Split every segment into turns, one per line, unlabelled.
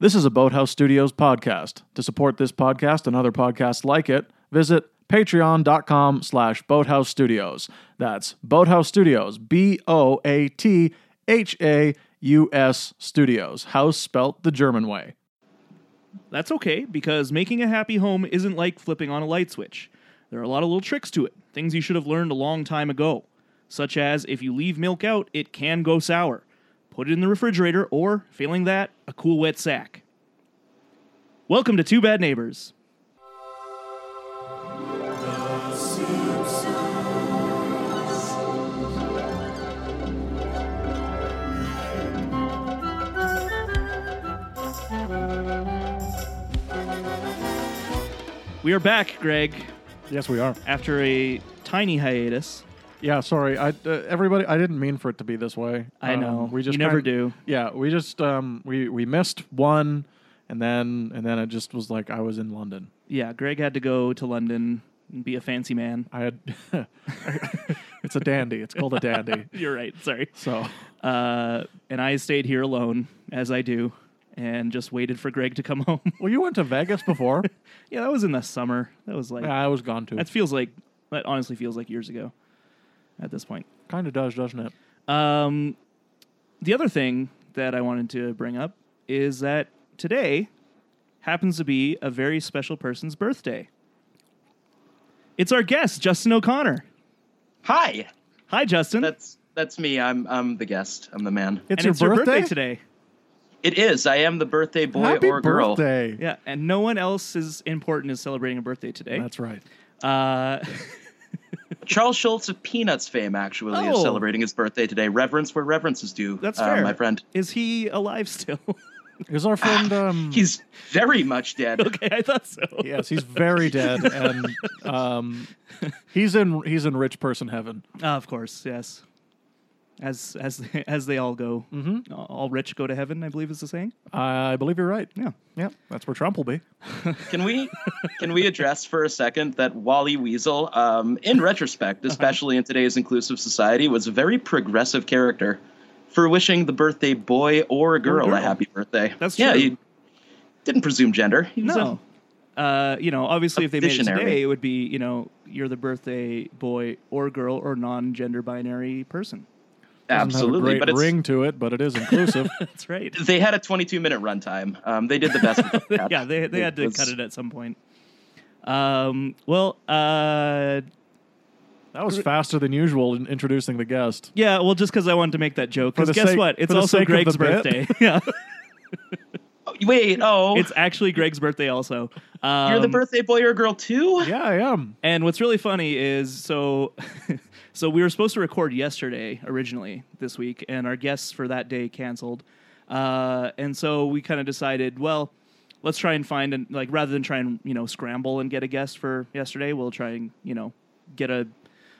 This is a Boathouse Studios podcast. To support this podcast and other podcasts like it, visit patreon.com slash boathouse studios. That's Boathouse Studios, B O A T H A U S Studios. House spelt the German way.
That's okay, because making a happy home isn't like flipping on a light switch. There are a lot of little tricks to it, things you should have learned a long time ago, such as if you leave milk out, it can go sour. Put it in the refrigerator, or, failing that, a cool wet sack. Welcome to Two Bad Neighbors. We are back, Greg,
Yes, we are.
after a tiny hiatus.
Yeah, sorry. I uh, everybody. I didn't mean for it to be this way.
I
Um,
know. You never do.
Yeah, we just um we we missed one, and then and then it just was like I was in London.
Yeah, Greg had to go to London and be a fancy man.
I had. it's a dandy. It's called a dandy.
You're right, sorry.
So
Uh, and I stayed here alone, as I do, and just waited for Greg to come home.
well, you went to Vegas before.
yeah, that was in the summer. That was like,
yeah, I was gone too.
that feels like, that honestly feels like years ago at this point.
Kind of does, doesn't it?
Um, the other thing that I wanted to bring up is that today happens to be a very special person's birthday. It's our guest, Justin O'Connor.
Hi,
Hi, Justin.
that's that's me. I'm I'm the guest. I'm the man.
It's
and
your
it's
birthday?
your birthday today.
It is. I am the birthday boy
Happy
or girl.
birthday.
Yeah, and no one else is important is celebrating a birthday today.
That's right.
Uh,
Charles Schultz of Peanuts fame actually is
Oh.
celebrating his birthday today. Reverence where reverence is due.
That's
uh,
fair.
my friend.
is he alive still?
Is our friend?
Ah,
Um,
He's very much dead.
okay, I thought so.
yes, he's very dead, and um, he's in he's in rich person heaven.
Ah, of course, yes. As as as they all go, mm-hmm. all rich go to heaven. I believe is the saying.
I believe you're right.
Yeah.
Yeah, that's where Trump will be.
Can we can we address for a second that Wally Weasel, um, in retrospect, especially in today's inclusive society, was a very progressive character for wishing the birthday boy or girl,
girl.
a happy birthday.
That's
yeah,
true.
he didn't presume gender. He was
No. Uh, you know, obviously,
A
if they made it
visionary.
today, it would be you know you're the birthday boy or girl or non-gender binary person.
a,
Doesn't have a
absolutely,
great
but it's
ring to it, but it is inclusive.
That's right.
they had a 22 minute runtime. Um, they did the best. with that.
yeah, they they had to
was-
cut it at some point. Um. Well. Uh.
that was faster than usual in introducing the guest.
Yeah. Well, just because I wanted to make that joke.
For
Because
the
guess
sake-
what?
for
It's
the
also
sake of the
Greg's
bit.
birthday. yeah.
Oh, Wait, oh,
It's actually Greg's birthday also. Um,
you're the birthday boy or girl too?
Yeah, I am.
And what's really funny is so so we were supposed to record yesterday originally this week, and our guests for that day canceled. Uh, and so we kind of decided, well, let's try and find and like rather than try and you know scramble and get a guest for yesterday, we'll try and you know get a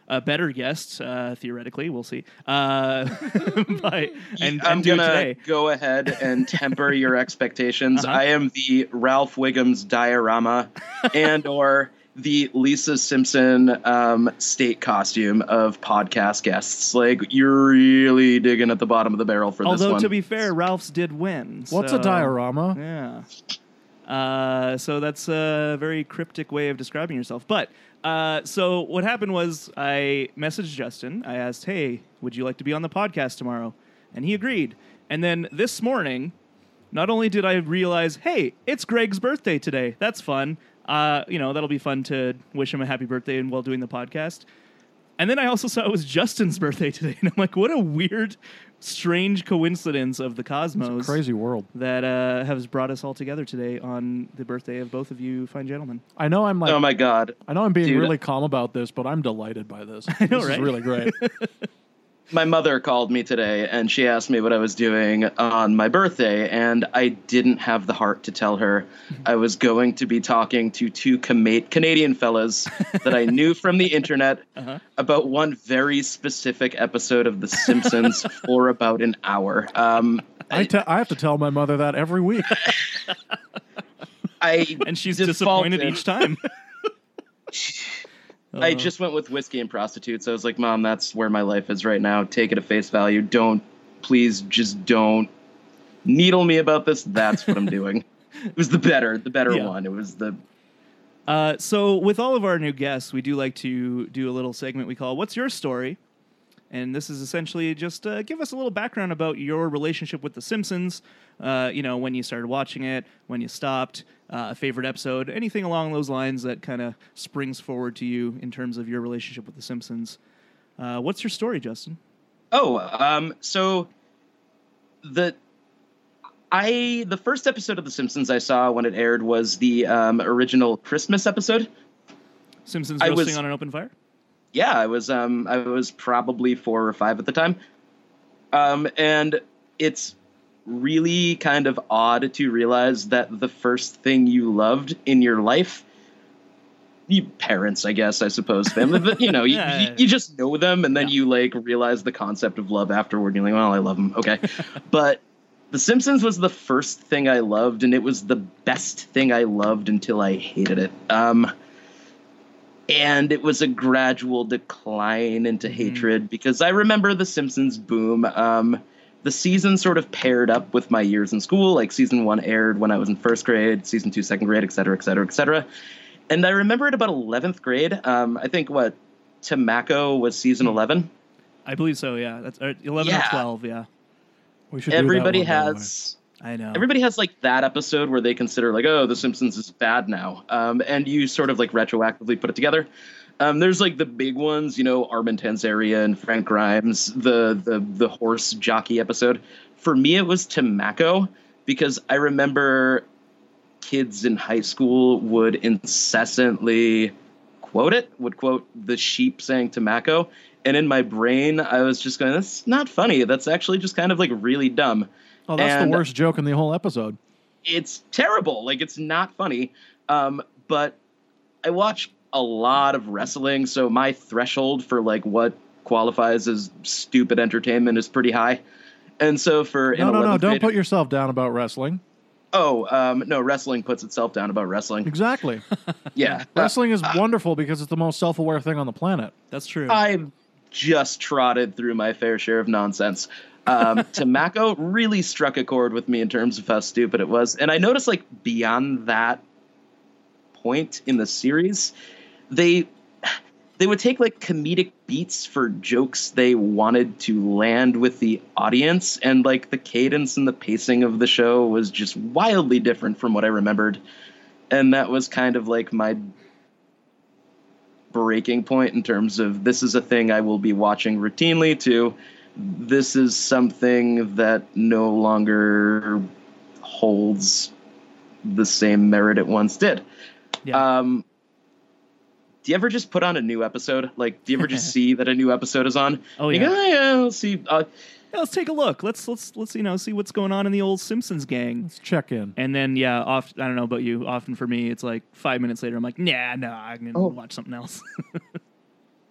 a better guest uh, theoretically. We'll see. Uh, by, and,
I'm
and do it
gonna
today. Uh-huh.
go ahead and temper your expectations. I am the Ralph Wiggum's diorama, and or the Lisa Simpson um, state costume of podcast guests. Like you're really digging at the bottom of the barrel for this
Although
one.
to be fair, Ralph's did win.
What's a
so-
diorama?
Yeah. Uh, so that's a very cryptic way of describing yourself. But uh, so what happened was I messaged Justin. I asked, "Hey, would you like to be on the podcast tomorrow?" And he agreed. And then this morning, not only did I realize, "Hey, it's Greg's birthday today. That's fun. Uh, you know, that'll be fun to wish him a happy birthday and while doing the podcast." And then I also saw it was Justin's birthday today, and I'm like, "What a weird, strange coincidence of the cosmos."
Crazy world.
that uh, has brought us all together today on the birthday of both of you fine gentlemen.
I know I'm like
oh my god,
I know I'm being
Dude.
really calm about this, but I'm delighted by this.
know,
this
right?
is really great.
my mother called me today and she asked me what I was doing on my birthday, and I didn't have the heart to tell her I was going to be talking to two Cama- Canadian fellas that I knew from the internet
Uh-huh.
about one very specific episode of The Simpsons for about an hour. Um,
I, te- I have to tell my mother that every week.
I
And she's
Defaulted.
disappointed each time.
I just went with whiskey and prostitutes. I was like, Mom, that's where my life is right now. Take it at face value. Don't, please, just don't needle me about this, that's what I'm doing. It was the better, the better
Yeah.
one. It was the
Uh, so, with all of our new guests, we do like to do a little segment we call "What's Your Story," and this is essentially just uh, give us a little background about your relationship with The Simpsons. Uh, you know, when you started watching it, when you stopped, uh, a favorite episode, anything along those lines that kind of springs forward to you in terms of your relationship with The Simpsons. Uh, what's your story, Justin?
Oh, um, so the I the first episode of The Simpsons I saw when it aired was the um, original Christmas episode.
Simpsons
I
roasting
was-
on an open fire.
Yeah, I was um, I was probably four or five at the time, um, and it's really kind of odd to realize that the first thing you loved in your life. You parents, I guess, I suppose, family, but you know, you,
Yeah.
you, you just know them, and then
Yeah.
you like realize the concept of love afterward. And you're like, well, I love them, okay. but The Simpsons was the first thing I loved, and it was the best thing I loved until I hated it. Um, and it was a gradual decline into
Mm-hmm.
Mhm.
hatred because I remember The Simpsons boom. Um, the season sort of paired up with my years in school. Like season one aired when I was in first grade, season two, second grade, et cetera, et cetera, et cetera. And I remember at about 11th grade, um, I think what, Tamako was season
Hmm.
11?
I believe so. Yeah, that's or eleven or
Yeah.
twelve. Yeah,
We should. do that
Everybody
one, by the way.
has.
I know.
Everybody has like that episode where they consider like, oh, The Simpsons is bad now, um, and you sort of like retroactively put it together. Um, there's like the big ones, you know, Armin Tanzaria and Frank Grimes, the the the horse jockey episode. For me, it was Tamako because I remember kids in high school would incessantly quote it, would quote the sheep saying Tamako, and in my brain, I was just going, that's not funny. That's actually just kind of like really dumb
Oh, that's
and-
the worst joke in the whole episode.
it's terrible. Like it's not funny. Um, but I watch a lot of wrestling, so my threshold for like what qualifies as stupid entertainment is pretty high. And so for
No,
an
no, no!
11th
Don't
grader-
put yourself down about wrestling.
oh um, no wrestling puts itself down about wrestling.
Exactly.
Yeah, Uh,
wrestling is wonderful because it's the most self-aware thing on the planet.
that's true.
I've just trotted through my fair share of nonsense. Um, Tamako really struck a chord with me in terms of how stupid it was. And I noticed, like, beyond that point in the series, they they would take like comedic beats for jokes they wanted to land with the audience and like the cadence and the pacing of the show was just wildly different from what i remembered and that was kind of like my breaking point in terms of this is a thing I will be watching routinely to this is something that no longer holds the same merit it once did.
Yeah.
Um, do you ever just put on a new episode? Like, do you ever just see that a new episode is on?
oh
You
yeah.
go, "Oh, yeah, let's see. Uh,
Yeah, let's take a look. Let's let's let's you know see what's going on in the old Simpsons gang.
Let's check in.
And then yeah, off I don't know about you. Often for me, it's like five minutes later. I'm like, nah, nah, I'm gonna
Oh.
watch something else.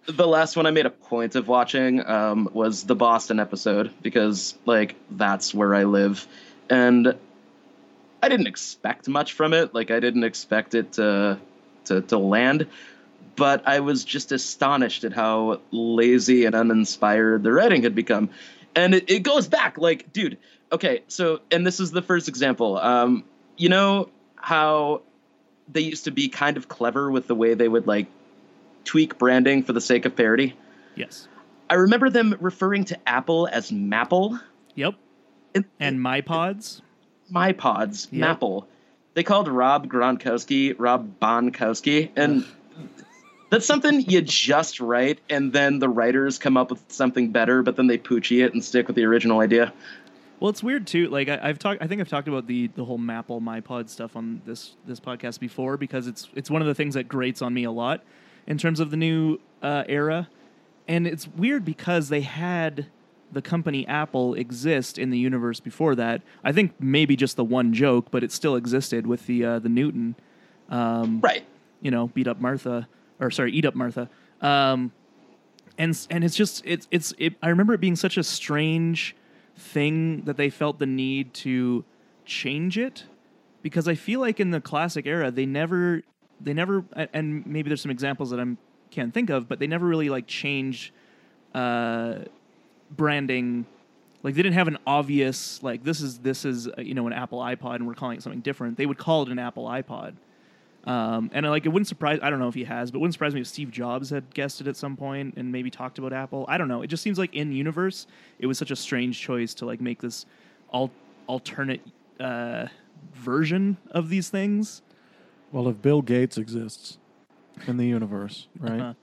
the last one I made a point of watching um, was the Boston episode because, like, that's where I live, and I didn't expect much from it. Like, I didn't expect it to to, to land, but I was just astonished at how lazy and uninspired the writing had become. And it, it goes back, like, dude, okay, so, and this is the first example. Um, you know how they used to be kind of clever with the way they would like tweak branding for the sake of parody.
yes.
I remember them referring to Apple as Mapple
Yep.
and,
And my pods.
my pods,
Yep.
Mapple. They called Rob Gronkowski Rob Bonkowski, and that's something you just write, and then the writers come up with something better, but then they poochie it and stick with the original idea.
Well, it's weird too. Like I, I've talked, I think I've talked about the the whole Maple MyPod stuff on this this podcast before because it's it's one of the things that grates on me a lot in terms of the new uh, era, and it's weird because they had the company Apple exist in the universe before that. I think maybe just the one joke, but it still existed with the uh, the Newton, um,
Right.
you know, beat up Martha or sorry, eat up Martha. Um, and s- and it's just it's it's it, I remember it being such a strange thing that they felt the need to change it because I feel like in the classic era they never they never a- and maybe there's some examples that I'm can't think of, but they never really like changed uh, branding like they didn't have an obvious like this is this is uh, you know an Apple iPod and we're calling it something different. They would call it an Apple iPod. Um, and like it wouldn't surprise I don't know if he has, but it wouldn't surprise me if Steve Jobs had guessed it at some point and maybe talked about Apple. I don't know. It just seems like in universe, it was such a strange choice to like make this al- alternate uh, version of these things.
Well, if Bill Gates exists in the universe, right?
Uh-huh.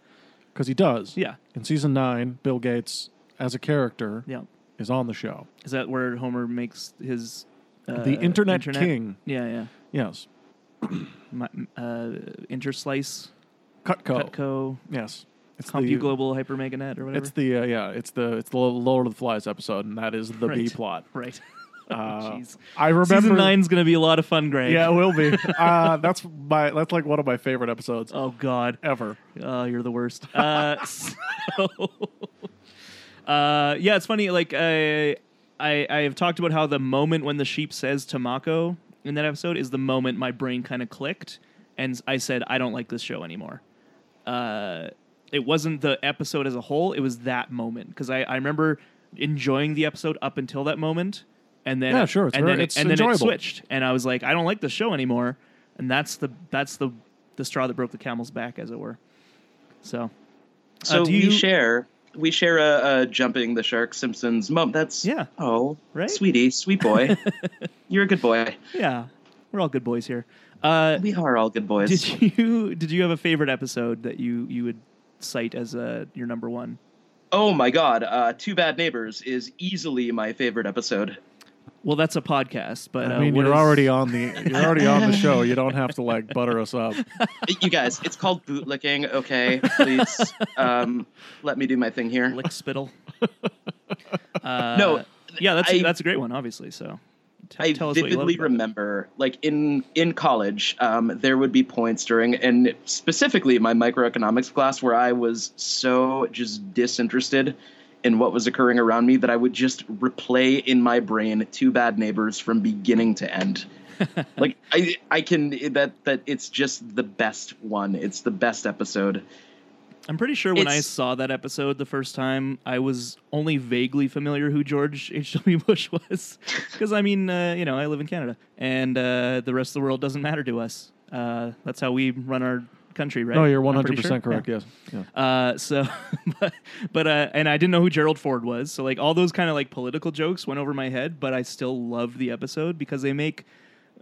Because he does.
Yeah,
In season nine, Bill Gates, as a character,
yeah.
is on the show.
Is that where Homer makes his uh,
the internet, king.
Yeah, yeah.
Yes.
My, uh, Interslice,
Cutco.
Cutco,
Yes. It's Oh. the,
CompuGlobal, HyperMegaNet, or whatever.
it's the uh, yeah, it's the it's the Lord of the Flies episode, and that is the B
Right.
plot.
right.
Uh,
Jeez.
I remember
Season nine's gonna be a lot of fun, Greg.
Yeah, it will be. uh, that's my that's like one of my favorite episodes
Oh God.
ever.
Oh, you're the worst. Uh, so, uh, yeah, it's funny. Like I, I, I have talked about how the moment when the sheep says Tamako in that episode is the moment my brain kind of clicked, and I said I don't like this show anymore. Uh, it wasn't the episode as a whole; it was that moment because I, I remember enjoying the episode up until that moment, and then
Yeah, sure, it's
and
very-
then it,
it's
and then it
enjoyable.
switched, and I was like, I don't like the show anymore, and that's the that's the the straw that broke the camel's back, as it were.
Uh,
So,
So
Uh, do
we
you-
share we share a, a jumping the shark Simpsons mom. That's
Yeah.
Oh,
Right?
sweetie, sweet boy, you're a good boy.
yeah, we're all good boys here. Uh,
We are all good boys.
did you did you have a favorite episode that you you would cite as uh, your number one?
Oh my God, uh, Two Bad Neighbors is easily my favorite episode.
Well, that's a podcast, but
I
uh,
mean,
what
you're
is-
already on the you're already on the show. You don't have to like butter us up.
you guys, it's called bootlicking. Okay, please um, let me do my thing here.
lick spittle. uh,
No,
yeah, that's
I-
that's a great one, obviously. So, T-
I
tell us what you love.
vividly
about it.
remember, like in in college, um, there would be points during, and specifically my microeconomics class, where I was so just disinterested in what was occurring around me that I would just replay in my brain Two Bad Neighbors from beginning to end. like I, I can that that it's just the best one. It's the best episode.
I'm pretty sure when I
It's-
saw that episode the first time, I was only vaguely familiar who George H.W. Bush was. Because, I mean, uh, you know, I live in Canada and uh, the rest of the world doesn't matter to us. Uh, that's how we run our country, right?
No, you're
I'm
100
pretty sure?
percent correct.
Yeah.
Yes. Yeah.
Uh, so, but, but uh, and I didn't know who Gerald Ford was. So, like, all those kind of like political jokes went over my head, but I still loved the episode because they make,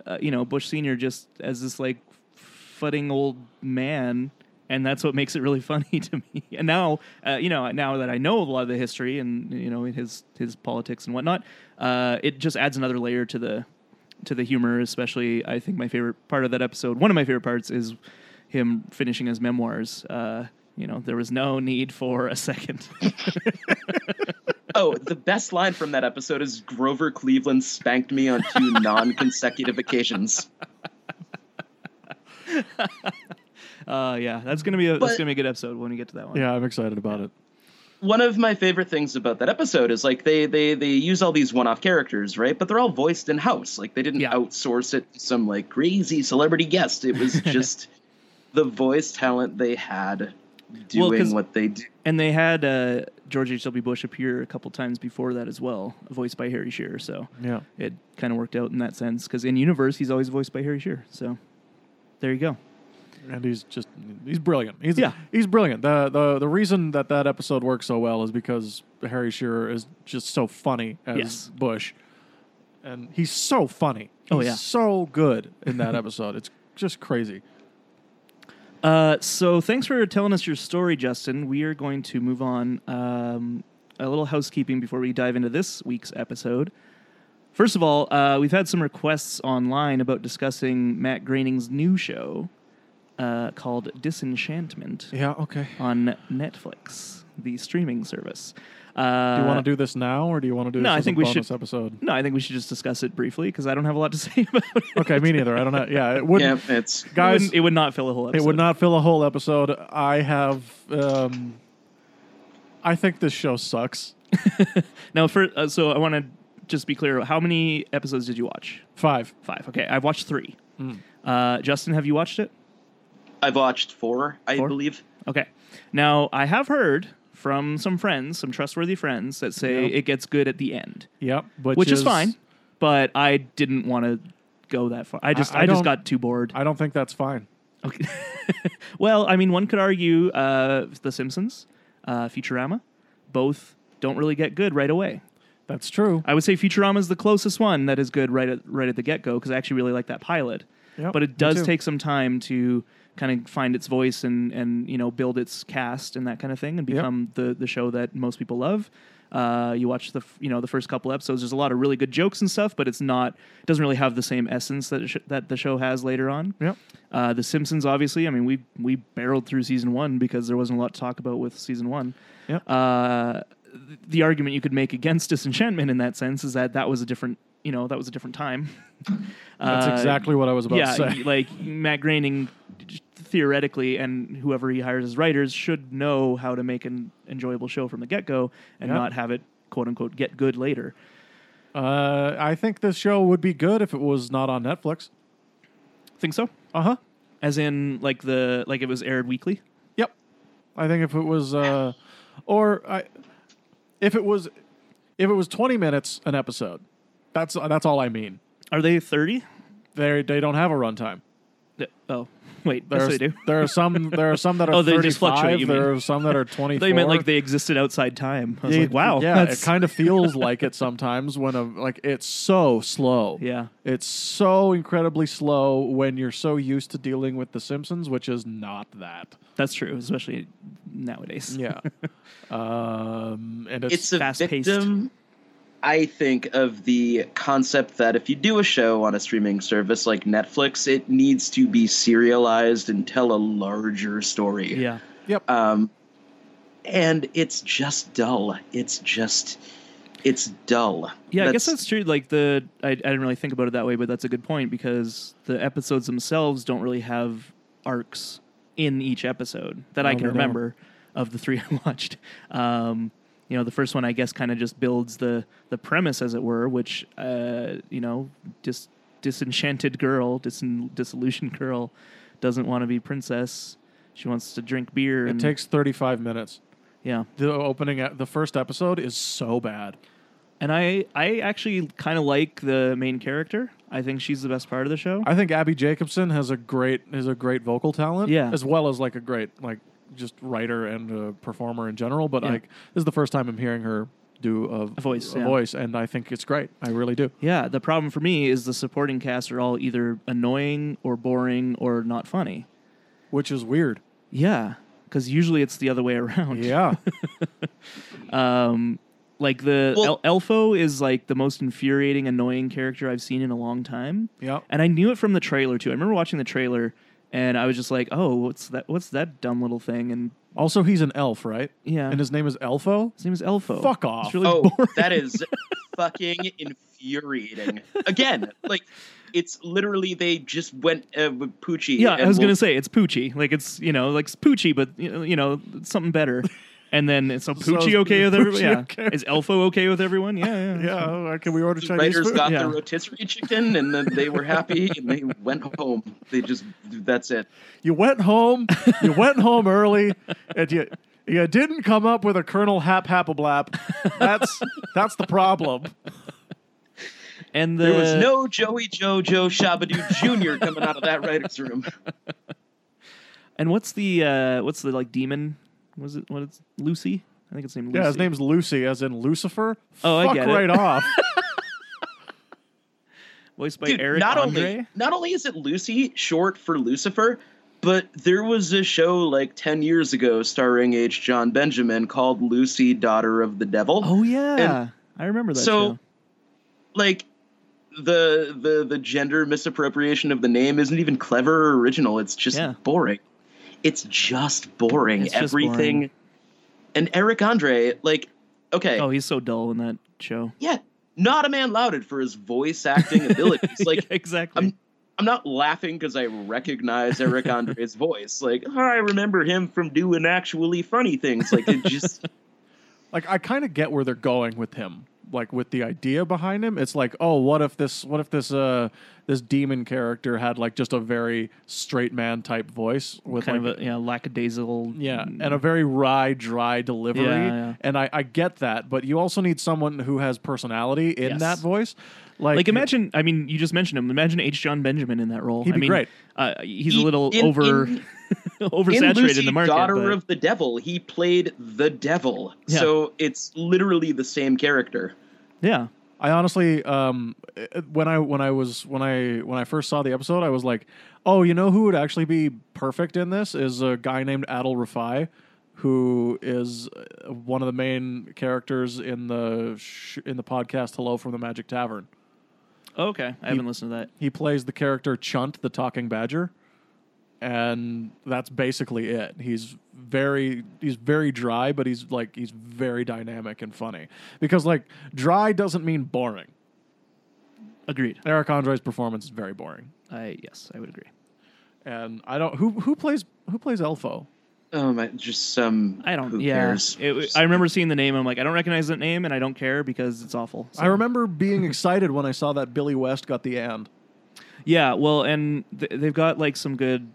uh, you know, Bush Sr. just as this like fudding old man. And that's what makes it really funny to me. And now, uh, you know, now that I know a lot of the history and you know his his politics and whatnot, uh, it just adds another layer to the to the humor. Especially, I think my favorite part of that episode, one of my favorite parts, is him finishing his memoirs. Uh, you know, there was no need for a second.
Oh, the best line from that episode is Grover Cleveland spanked me on two non-consecutive occasions.
uh, yeah, that's gonna be a that's
But-
gonna be a good episode when we get to that one.
Yeah, I'm excited about it.
one of my favorite things about that episode is like they they they use all these one-off characters, right? But they're all voiced in house. Like they didn't
Yeah.
outsource it to some like crazy celebrity guest. It was just the voice talent they had doing
'cause-
what they do.
And they had uh, George H. W. Bush appear a couple times before that as well, voiced by Harry Shearer. So
Yeah.
it kind of worked out in that sense because in universe he's always voiced by Harry Shearer. So there you go.
and he's just he's brilliant. He's
Yeah.
he's brilliant. The the the reason that that episode works so well is because Harry Shearer is just so funny as
Yes.
Bush, and he's so funny.
Oh,
He's
yeah.
so good in that episode. It's just crazy.
Uh, so thanks for telling us your story, Justin. We are going to move on. Um, a little housekeeping before we dive into this week's episode. First of all, uh, we've had some requests online about discussing Matt Groening's new show uh, called Disenchantment
Yeah. Okay.
on Netflix, the streaming service.
Do
Uh,
you want to do this now, or do you want to do
no,
this
I
as a
think we
bonus
should-
episode?
No, I think we should just discuss it briefly because I don't have a lot to say about it.
Okay, me neither. I don't know. Yeah, it
Yeah,
wouldn't.
it's
it,
Guys,
wouldn't- it would not fill a whole episode.
It would not fill a whole episode. I have. Um, I think this show sucks.
Now, for uh, so I want to just be clear. How many episodes did you watch?
Five.
Five. Okay, I've watched three.
Hmm.
Uh, Justin, have you watched it?
I've watched four, I believe.
Okay. Now I have heard from some friends, some trustworthy friends that say
Yep.
it gets good at the end,
Yep. Which,
which is, fine. But I didn't want to go that far. I just
I
I, just
don't-
got too bored.
I don't think that's fine.
Okay. well, I mean, one could argue uh, The Simpsons, uh, Futurama, both don't really get good right away.
That's true.
I would say Futurama is the closest one that is good right at right at the get go because I actually really like that pilot.
Yep,
but
me
it does
too.
take some time to kind of find its voice and and you know build its cast and that kind of thing and become the the show that most people love. Uh, you watch the f- you know the first couple episodes. There's a lot of really good jokes and stuff, but it's not doesn't really have the same essence that it sh- that the show has later on.
Yep.
Uh, the Simpsons, obviously. I mean, we we barreled through season one because there wasn't a lot to talk about with season one.
Yep.
Uh, th- the argument you could make against Disenchantment in that sense is that that was a different, you know, that was a different time.
That's
Uh,
exactly what I was about
yeah,
to say.
y- like Matt Groening, theoretically, and whoever he hires as writers should know how to make an enjoyable show from the get go and
Yeah.
not have it quote unquote get good later.
Uh, I think this show would be good if it was not on Netflix.
Think so?
Uh huh.
As in, like the like it was aired weekly.
Yep. I think if it was, uh, or I, if it was, if it was twenty minutes an episode, that's that's all I mean.
Are they thirty?
They they don't have a runtime.
Th- Oh, wait,
There
that's
are,
what they do.
there are some there are some that are
Oh, they
thirty
just fluctuate,
five.
you
There
mean.
are some that are twenty.
They meant like they existed outside time. I was
Yeah,
like, wow,
Yeah,
that's
it kind of feels like it sometimes when a like it's so slow.
Yeah.
It's so incredibly slow when you're so used to dealing with the Simpsons, which is not that.
that's true, especially nowadays.
Yeah. um and it's,
it's a
fast-paced.
victim i think of the concept that if you do a show on a streaming service like netflix it needs to be serialized and tell a larger story
yeah.
yep.
um, and it's just dull it's just it's dull
Yeah, I guess that's true. Like the, I, I didn't really think about it that way, but that's a good point because the episodes themselves don't really have arcs in each episode that I
No,
can
they don't.
remember of the three I watched. Um, you know, the first one I guess kind of just builds the the premise, as it were, which uh, you know, dis disenchanted girl, disin disillusioned girl, doesn't want to be princess. She wants to drink beer.
it
and,
takes thirty five minutes.
yeah.
The opening e- the first episode is so bad.
And I, I actually kind of like the main character. I think she's the best part of the show.
I think Abby Jacobson has a great has a great vocal talent.
Yeah.
As well as like a great like just writer and uh, performer in general. But
Yeah.
like this is the first time I'm hearing her do a,
A voice,
a
yeah.
voice, and I think it's great. I really do.
Yeah, the problem for me is the supporting cast are all either annoying or boring or not funny.
Which is weird.
Yeah, because usually it's the other way around.
Yeah.
Um, like the
Well-
El- Elfo is like the most infuriating, annoying character I've seen in a long time.
yeah.
And I knew it from the trailer too. I remember watching the trailer and I was just like, "Oh, what's that? What's that dumb little thing?" And
Also, he's an elf, right?
yeah,
And his name is Elfo.
his name is Elfo.
Fuck off.
It's really
oh
boring.
that is fucking infuriating again like it's literally they just went uh, with Poochie
Yeah, I
and
was gonna
Wolf-
say it's Poochie. Like it's you know like it's Poochie, but you know, you know something better. And then so
So
Poochie
is
okay with
Poochie
everyone? Yeah.
okay?
Is Elfo okay with everyone? Yeah, yeah.
yeah. uh, Can we order
the
Chinese
writers
food?
got
yeah.
the rotisserie chicken and then they were happy and they went home. They just that's it.
you went home. You went home early, and you you didn't come up with a Colonel Hap Hapablap. That's that's the problem.
And the,
There was no Joey Jojo Shabadoo Jr. coming out of that writer's room.
and what's the uh what's the like demon? Was it what it's Lucy? I think it's named Lucy.
Yeah, his name's Lucy, as in Lucifer.
Oh, I
Fuck
get it.
right off.
voiced by
Dude,
Eric
not
Andre.
only not only is it Lucy short for Lucifer, but there was a show like ten years ago starring H. John Benjamin called Lucy, Daughter of the Devil.
oh yeah, I remember that.
so
show.
like the the the gender misappropriation of the name isn't even clever or original it's just
Yeah.
boring it's just boring
It's just boring.
everything and eric andre like okay
oh, he's so dull in that show.
yeah not a man lauded for his voice acting abilities like
Yeah, exactly.
I'm- i'm not laughing because i recognize eric andre's voice like oh, i remember him from doing actually funny things like it just
like I kind of get where they're going with him. like with the idea behind him. It's like, oh, what if this what if this uh this demon character had like just a very straight man type voice with
kind
like
of a yeah, lackadaisical.
yeah, and a very wry, dry delivery.
Mm. Yeah, yeah.
And I, I get that, but you also need someone who has personality in
Yes.
that voice. Like,
like imagine, I mean, you just mentioned him. Imagine H. John Benjamin in that role.
He'd
I
be
mean,
great.
Uh, he's a
He-
little
in-
over
in-
oversaturated in,
in Lucy,
the market.
Daughter
but-
of the Devil, he played the devil.
Yeah.
So it's literally the same character.
yeah,
I honestly, um, uh, when I when I was when I when I first saw the episode, I was like, oh, you know who would actually be perfect in this is a guy named Adil Rafai, who is uh, one of the main characters in the sh- in the podcast Hello from the Magic Tavern.
okay. I haven't listened to that.
He plays the character Chunt, the talking badger, and that's basically it. He's very he's very dry, but he's like he's very dynamic and funny because like dry doesn't mean boring.
Agreed.
Eric Andre's performance is very boring,
I yes, I would agree.
and I don't who who plays who plays Elfo.
Oh my! Just some.
I don't.
Who
yeah,
cares?
It- I remember seeing the name. I'm like, I don't recognize that name, and I don't care because it's awful. So-
I remember being excited when I saw that Billy West got the and.
Yeah, well, and th- they've got like some good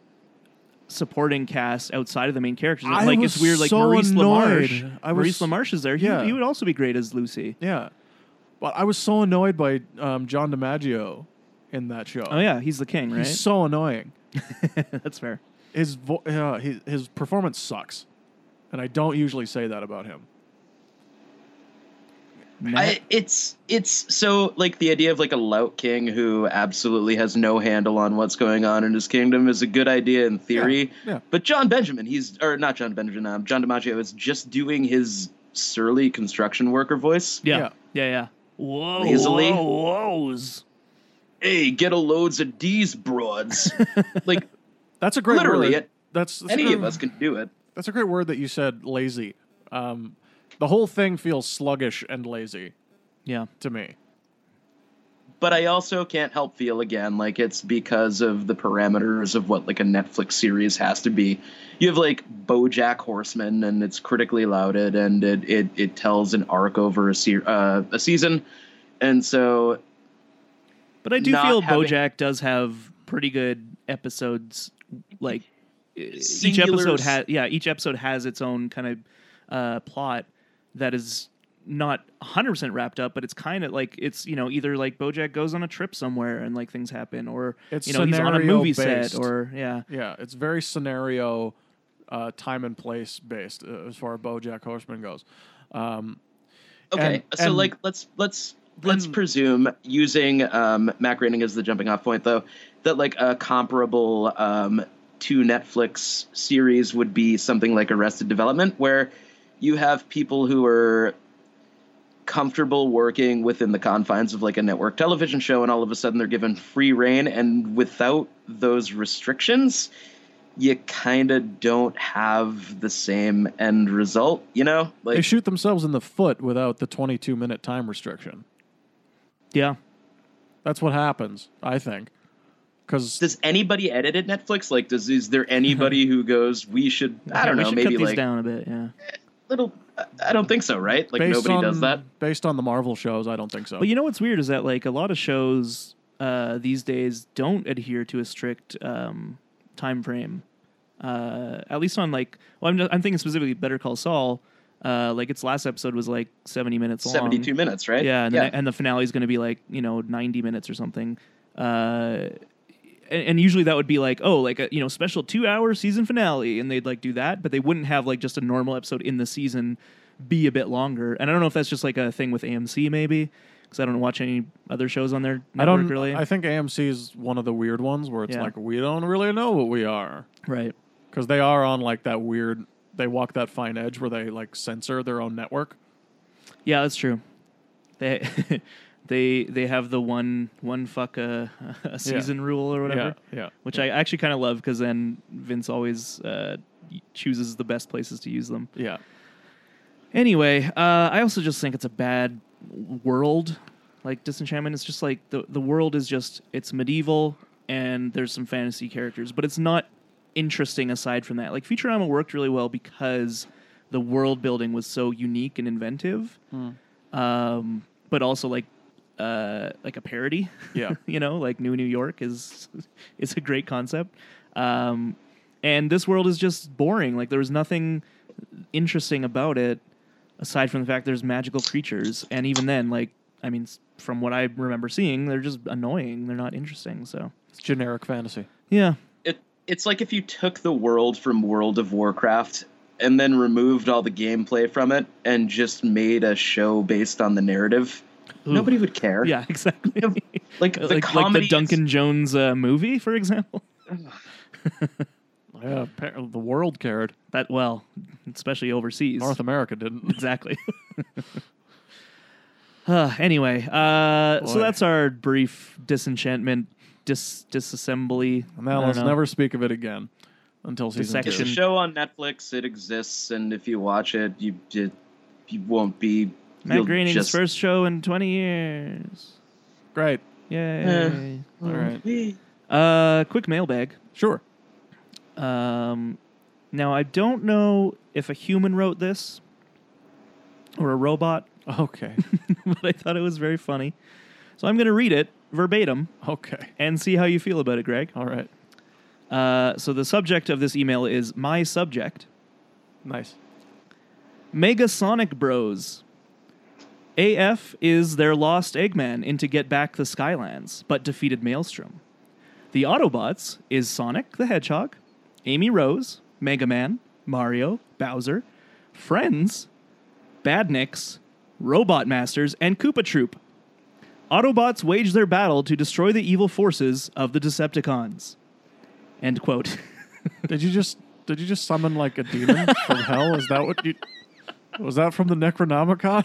supporting cast outside of the main characters.
I
like
was
it's weird, like
so
Maurice
annoyed.
LaMarche.
I was-
Maurice LaMarche is there. He,
Yeah.
he would also be great as Lucy.
Yeah, but I was so annoyed by um, John DiMaggio in that show.
Oh yeah, he's the king, right?
He's so annoying.
That's fair.
His vo- uh, his his performance sucks, and I don't usually say that about him.
Matt?
I, it's it's so like the idea of like a lout king who absolutely has no handle on what's going on in his kingdom is a good idea in theory.
yeah.
But John Benjamin, he's or not John Benjamin, um, John DiMaggio is just doing his surly construction worker voice.
yeah.
yeah.
yeah, yeah, Whoa,
Lazily.
whoa, whoas.
Hey, get a loads of D's broads. like
That's a great
Literally,
word.
it-
that's, that's a
any
great-
of us can do it.
That's a great word that you said. Lazy. Um, the whole thing feels sluggish and lazy
Yeah,
to me.
But I also can't help feel again like it's because of the parameters of what like a Netflix series has to be. You have like BoJack Horseman, and it's critically lauded, and it it, it tells an arc over a se- uh, a season, and so
but I do
Not
feel
having-
BoJack does have pretty good episodes. Like e- each
Singular
episode
s-
has, yeah, each episode has its own kind of uh, plot that is not 100% wrapped up but it's kind of like it's you know either like bojack goes on a trip somewhere and like things happen or
It's
you know he's on a movie set
scenario-based.
or yeah
Yeah, it's very scenario, uh, time and place based uh, as far as BoJack Horseman goes. Um,
okay,
And-
so
and-
like let's let's let's presume using um, Mac Rating as the jumping off point though that like a comparable um, to Netflix series would be something like Arrested Development, where you have people who are comfortable working within the confines of like a network television show and all of a sudden they're given free reign and without those restrictions you kind of don't have the same end result you know
they
like
shoot themselves in the foot without the 22 minute time restriction.
yeah
That's what happens, I think. Because
does anybody edit at Netflix? Like, does is there anybody who goes, we should? I don't
We
know,
should
maybe
cut these
like
down a bit yeah
little. I- I don't think so, right? Like
based
nobody
on,
does that.
Based on the Marvel shows, I don't think so.
But you know what's weird is that like a lot of shows uh, these days don't adhere to a strict um, time frame. Uh, at least on like, well, I'm, I'm thinking specifically Better Call Saul. Uh, like its last episode was like 70 minutes long.
Seventy-two minutes, right?
Yeah, and, The, and the finale is going to be like you know 90 minutes or something. Uh, and, and usually that would be like oh like a you know special two hour season finale, and they'd like do that, but they wouldn't have like just a normal episode in the season be a bit longer. And I don't know if that's just like a thing with AMC maybe because I don't watch any other shows on their
I
network
don't
really.
I think AMC is one of the weird ones where it's
Yeah.
like we don't really know what we are
right.
because they are on like that weird. They walk that fine edge where they like censor their own network.
Yeah, that's true. They. They they have the one one fuck uh, a, a season rule or whatever.
Yeah, yeah.
which I actually kind of love because then Vince always uh, chooses the best places to use them.
Yeah,
Anyway, uh, I also just think it's a bad world. Like Disenchantment is just like the the world is just it's medieval and there's some fantasy characters, but it's not interesting aside from that. Like Futurama worked really well because the world building was so unique and inventive. Um, but also like uh, like a parody.
Yeah.
you know, like New New York is is a great concept. Um, and this world is just boring. Like there was nothing interesting about it aside from the fact there's magical creatures. And even then, like I mean, s- from what I remember seeing, they're just annoying. They're not interesting. So
It's generic fantasy.
yeah,
it it's like if you took the world from World of Warcraft and then removed all the gameplay from it and just made a show based on the narrative.
Ooh.
Nobody would care.
yeah, exactly.
Of Like the
like, like
comedy
the
is-
Duncan Jones uh, movie, for example.
Yeah, apparently the world cared.
That well, especially overseas.
North America didn't.
exactly. uh, anyway, uh, so
Boy.
that's our brief disenchantment, dis disassembly.
And now
I don't
let's
know.
never speak of it again until season
It's
two.
a
Dissection.
show on Netflix. It exists, and if you watch it, you you, you won't be.
Matt
you'll
Groening's
just-
first show in twenty years.
Great.
Eh.
Yay!
All
Mm.
right.
Uh, quick mailbag.
Sure.
Um, now I don't know if a human wrote this or a robot,
Okay.
but I thought it was very funny. So I'm going to read it verbatim
Okay.
and see how you feel about it, Greg.
All right.
Uh, so the subject of this email is my subject.
Nice.
Megasonic Bros. AF is their lost Eggman into Get Back the Skylands, but defeated Maelstrom. The Autobots is Sonic the Hedgehog, Amy Rose, Mega Man, Mario, Bowser, Friends, Badniks, Robot Masters, and Koopa Troop. Autobots wage their battle to destroy the evil forces of the Decepticons. End quote.
Did you just did you just summon like a demon from hell? Is that what you was that from the Necronomicon?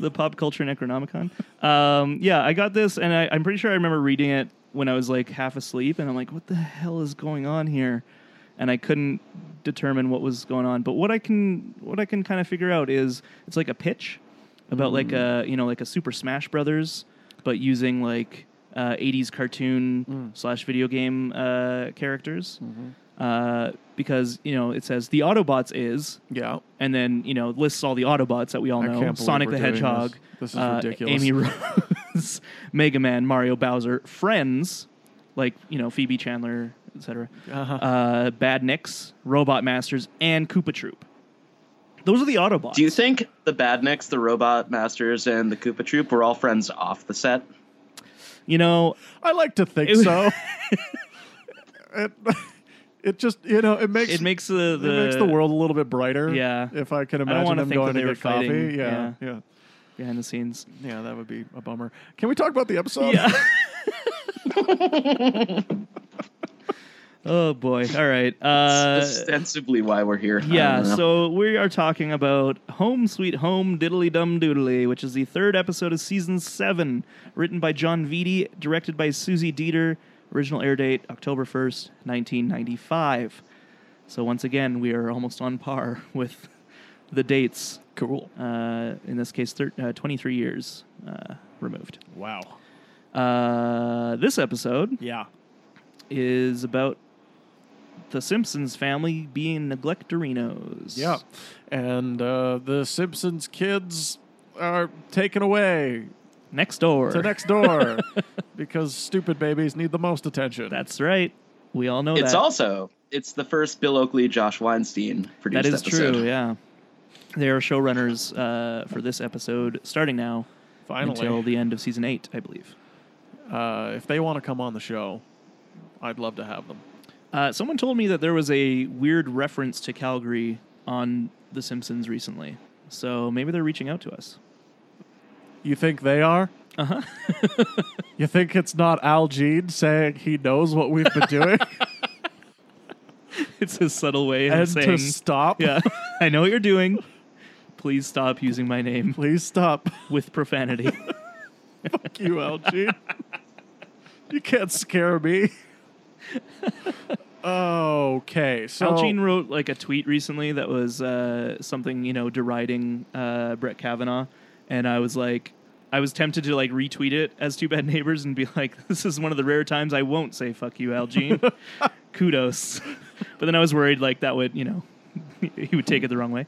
the pop culture Necronomicon. Um, yeah, I got this, and I, I'm pretty sure I remember reading it when I was like half asleep, and I'm like, "What the hell is going on here?" And I couldn't determine what was going on. But what I can what I can kind of figure out is it's like a pitch about like a you know like a Super Smash Brothers, but using like uh, 80s cartoon slash video game uh, characters. Uh, because you know it says the Autobots is
Yeah.
and then you know lists all the Autobots that we all
I
know:
can't believe
Sonic
we're
the
doing
Hedgehog,
this. This is
uh,
ridiculous.
Amy Rose, Mega Man, Mario, Bowser, Friends, like you know Phoebe Chandler, etc.
Uh-huh.
Uh, Bad Nicks, Robot Masters, and Koopa Troop. Those are the Autobots.
Do you think the Badniks, the Robot Masters, and the Koopa Troop were all friends off the set?
You know,
I like to think
It was-
so. it, it just you know it makes
it makes the
it
the,
makes the world a little bit brighter.
Yeah.
If I can
don't
imagine
wanna
them
think that
going to
they
get
were
coffee.
fighting.
Yeah, yeah.
behind the scenes.
Yeah. that would be a bummer. Can we talk about the episode?
Yeah. oh boy! All right. Uh,
That's ostensibly why we're here. I don't
Yeah,
know.
so we are talking about Home Sweet Home Diddly Dum Doodly, which is the third episode of season seven, written by John Vitti, directed by Susie Dieter, original air date October 1st, 1995. So once again, we are almost on par with the dates.
Cool.
Uh, in this case, thir- uh, 23 years uh, removed.
Wow.
Uh, this episode
Yeah.
is about the Simpsons family being neglectorinos.
Yeah. And uh, the Simpsons kids are taken away
next door.
to next door because stupid babies need the most attention.
That's right. We all know
it's
that.
also it's the first Bill Oakley, Josh Weinstein produced
that is
episode.
true. Yeah, they are showrunners uh, for this episode starting now
Finally,
until the end of season eight, I believe.
uh, if they want to come on the show, I'd love to have them.
Uh, someone told me that there was a weird reference to Calgary on The Simpsons recently, so maybe they're reaching out to us.
You think they are?
Uh-huh.
You think it's not Al Jean saying he knows what we've been doing
it's a subtle way of
and
saying,
to stop?
"Yeah, I know what you're doing. Please stop using my name
Please stop.
with profanity."
Fuck you, Al Jean. you can't scare me. okay, so
Al Jean wrote like a tweet recently that was uh, something you know deriding uh, Brett Kavanaugh, and I was like, I was tempted to like retweet it as Two Bad Neighbors and be like, this is one of the rare times I won't say fuck you, Al Jean. Kudos, but then I was worried like that would you know he would take it the wrong way.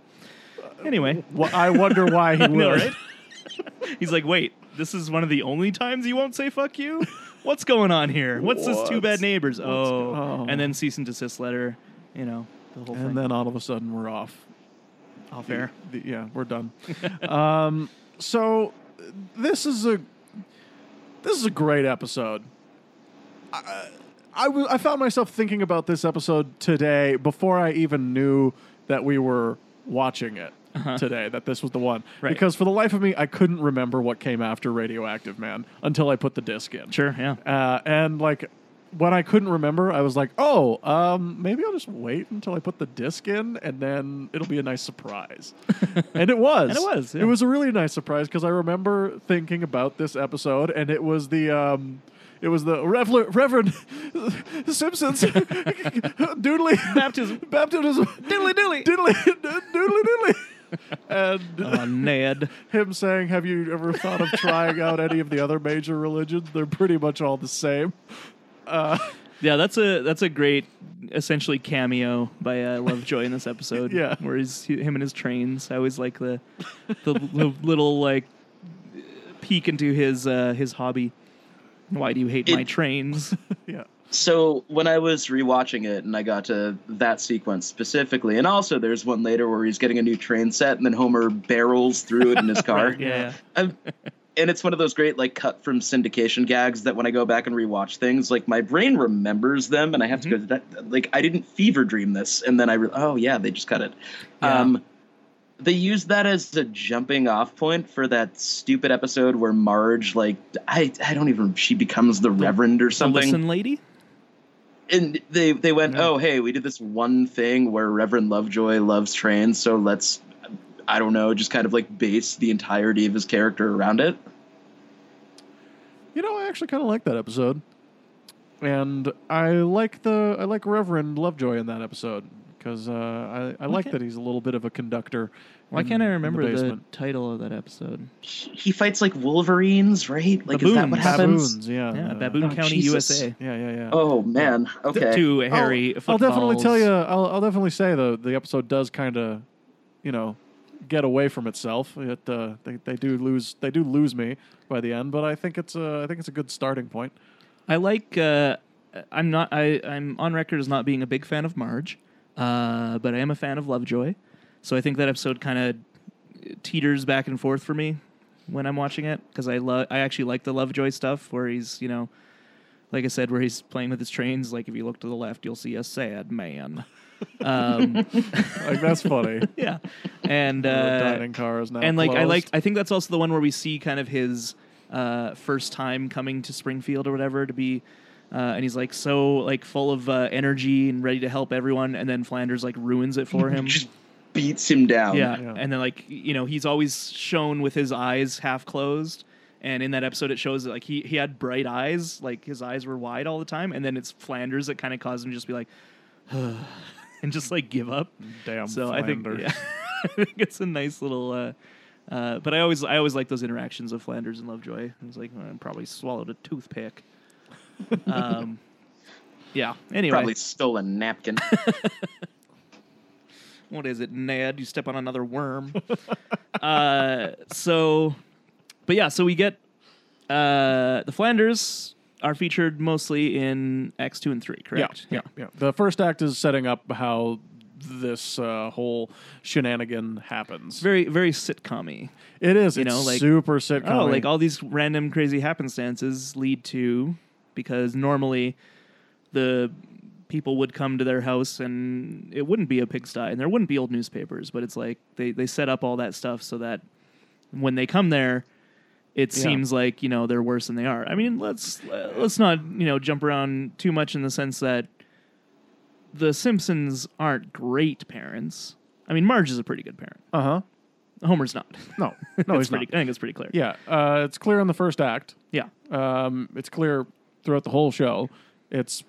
Anyway,
wh- I wonder why he would.
I know, right? He's like, wait, this is one of the only times you won't say fuck you? What's going on here? What's this two
What's-
bad neighbors? Oh.
go-
And then cease and desist letter, you know, the whole thing.
and then all of a sudden we're off.
Off air.
The- yeah, we're done. um, so this is a this is a great episode. I I w- I found myself thinking about this episode today before I even knew that we were watching it today. That this was the one
Uh-huh. Right.
because for the life of me, I couldn't remember what came after Radioactive Man until I put the disc in.
Sure, yeah.
Uh, and like when I couldn't remember, I was like, "Oh, um, maybe I'll just wait until I put the disc in, and then it'll be a nice surprise." and it was.
And it was, yeah.
It was a really nice surprise because I remember thinking about this episode, and it was the. Um, it was the Revel- Reverend Simpson's doodly
Baptism.
baptism
Diddly diddly.
diddly doodly doodly, and
Oh, Ned.
him saying, "Have you ever thought of trying out any of the other major religions? They're pretty much all the same." Uh,
Yeah, that's a that's a great essentially cameo by uh, Lovejoy in this episode.
Yeah.
where he's he- him and his trains. I always like the the, the little like peek into his uh, his hobby. Why do you hate my
It-
trains?
yeah,
So when I was rewatching it and I got to that sequence specifically, and also there's one later where he's getting a new train set and then Homer barrels through it in his car.
yeah,
I'm- and it's one of those great like cut from syndication gags that when I go back and rewatch things, like my brain remembers them, and I have
Mm-hmm.
to go that like I didn't fever dream this, and then I re- oh yeah they just cut it.
Yeah.
Um, they used that as a jumping off point for that stupid episode where Marge like I I don't even she becomes the Reverend or
the
something,
listen, lady.
and they they went
Yeah.
oh hey we did this one thing where Reverend Lovejoy loves trains, so let's I don't know just kind of like base the entirety of his character around it.
you know, I actually kind of like that episode, and I like the I like Reverend Lovejoy in that episode because uh, I I like
Okay.
that he's a little bit of a conductor.
Why
in-
can't I
in the
remember the,
basement.
title of that episode?
he he fights like wolverines, right? Like is that what
Baboons.
happens?
Baboons, yeah,
Yeah,
uh,
Baboon
oh,
County,
Jesus.
USA.
Yeah, yeah, yeah.
Oh man. Okay.
To Harry,
Oh, I'll, I'll definitely tell you. I'll, I'll definitely say though the episode does kind of, you know, get away from itself. It uh, they, they do lose they do lose me by the end, but I think it's a I think it's a good starting point.
I like. Uh, I'm not. I I'm on record as not being a big fan of Marge, uh, but I am a fan of Lovejoy. So I think that episode kind of teeters back and forth for me when I'm watching it because I love. I actually like the Lovejoy stuff where he's you know, like I said, where he's playing with his trains. Like if you look to the left, you'll see a sad man. Um,
Like that's funny.
yeah, and
The
uh,
dining car is now
and like I
closed.
like I think that's also the one where we see kind of his uh, first time coming to Springfield or whatever to be. Uh, and he's like so like full of uh, energy and ready to help everyone, and then Flanders like ruins it for him.
Just beats him down.
yeah.
Yeah.
and then like you know he's always shown with his eyes half closed, and in that episode it shows that like he he had bright eyes, like his eyes were wide all the time, and then it's Flanders that kind of caused him to just be like, and just like give up
damn.
so
Flanders.
I think yeah, I think it's a nice little. Uh, uh, but I always I always like those interactions of Flanders and Lovejoy. He's like "Oh, I probably swallowed a toothpick. um, yeah. Anyway,
Probably stole a napkin.
what is it, Ned? You step on another worm. uh, so, but yeah, so we get uh, the Flanders are featured mostly in X two and three, correct?
Yeah, yeah, yeah. The first act is setting up how this uh, whole shenanigan happens.
Very very sitcom-y.
it is.
you
it's
know, like-
super sitcom.
Oh, like all these random crazy happenstances lead to because normally the people would come to their house and it wouldn't be a pigsty and there wouldn't be old newspapers, but it's like they they set up all that stuff so that when they come there it
Yeah.
seems like you know they're worse than they are. I mean, let's let's not you know jump around too much in the sense that the Simpsons aren't great parents. I mean, Marge is a pretty good parent.
uh huh.
Homer's not.
No, no,
That's
he's not.
pretty, I think it's pretty clear.
Yeah, uh, it's clear in the first act.
yeah.
Um, it's clear throughout the whole show. It's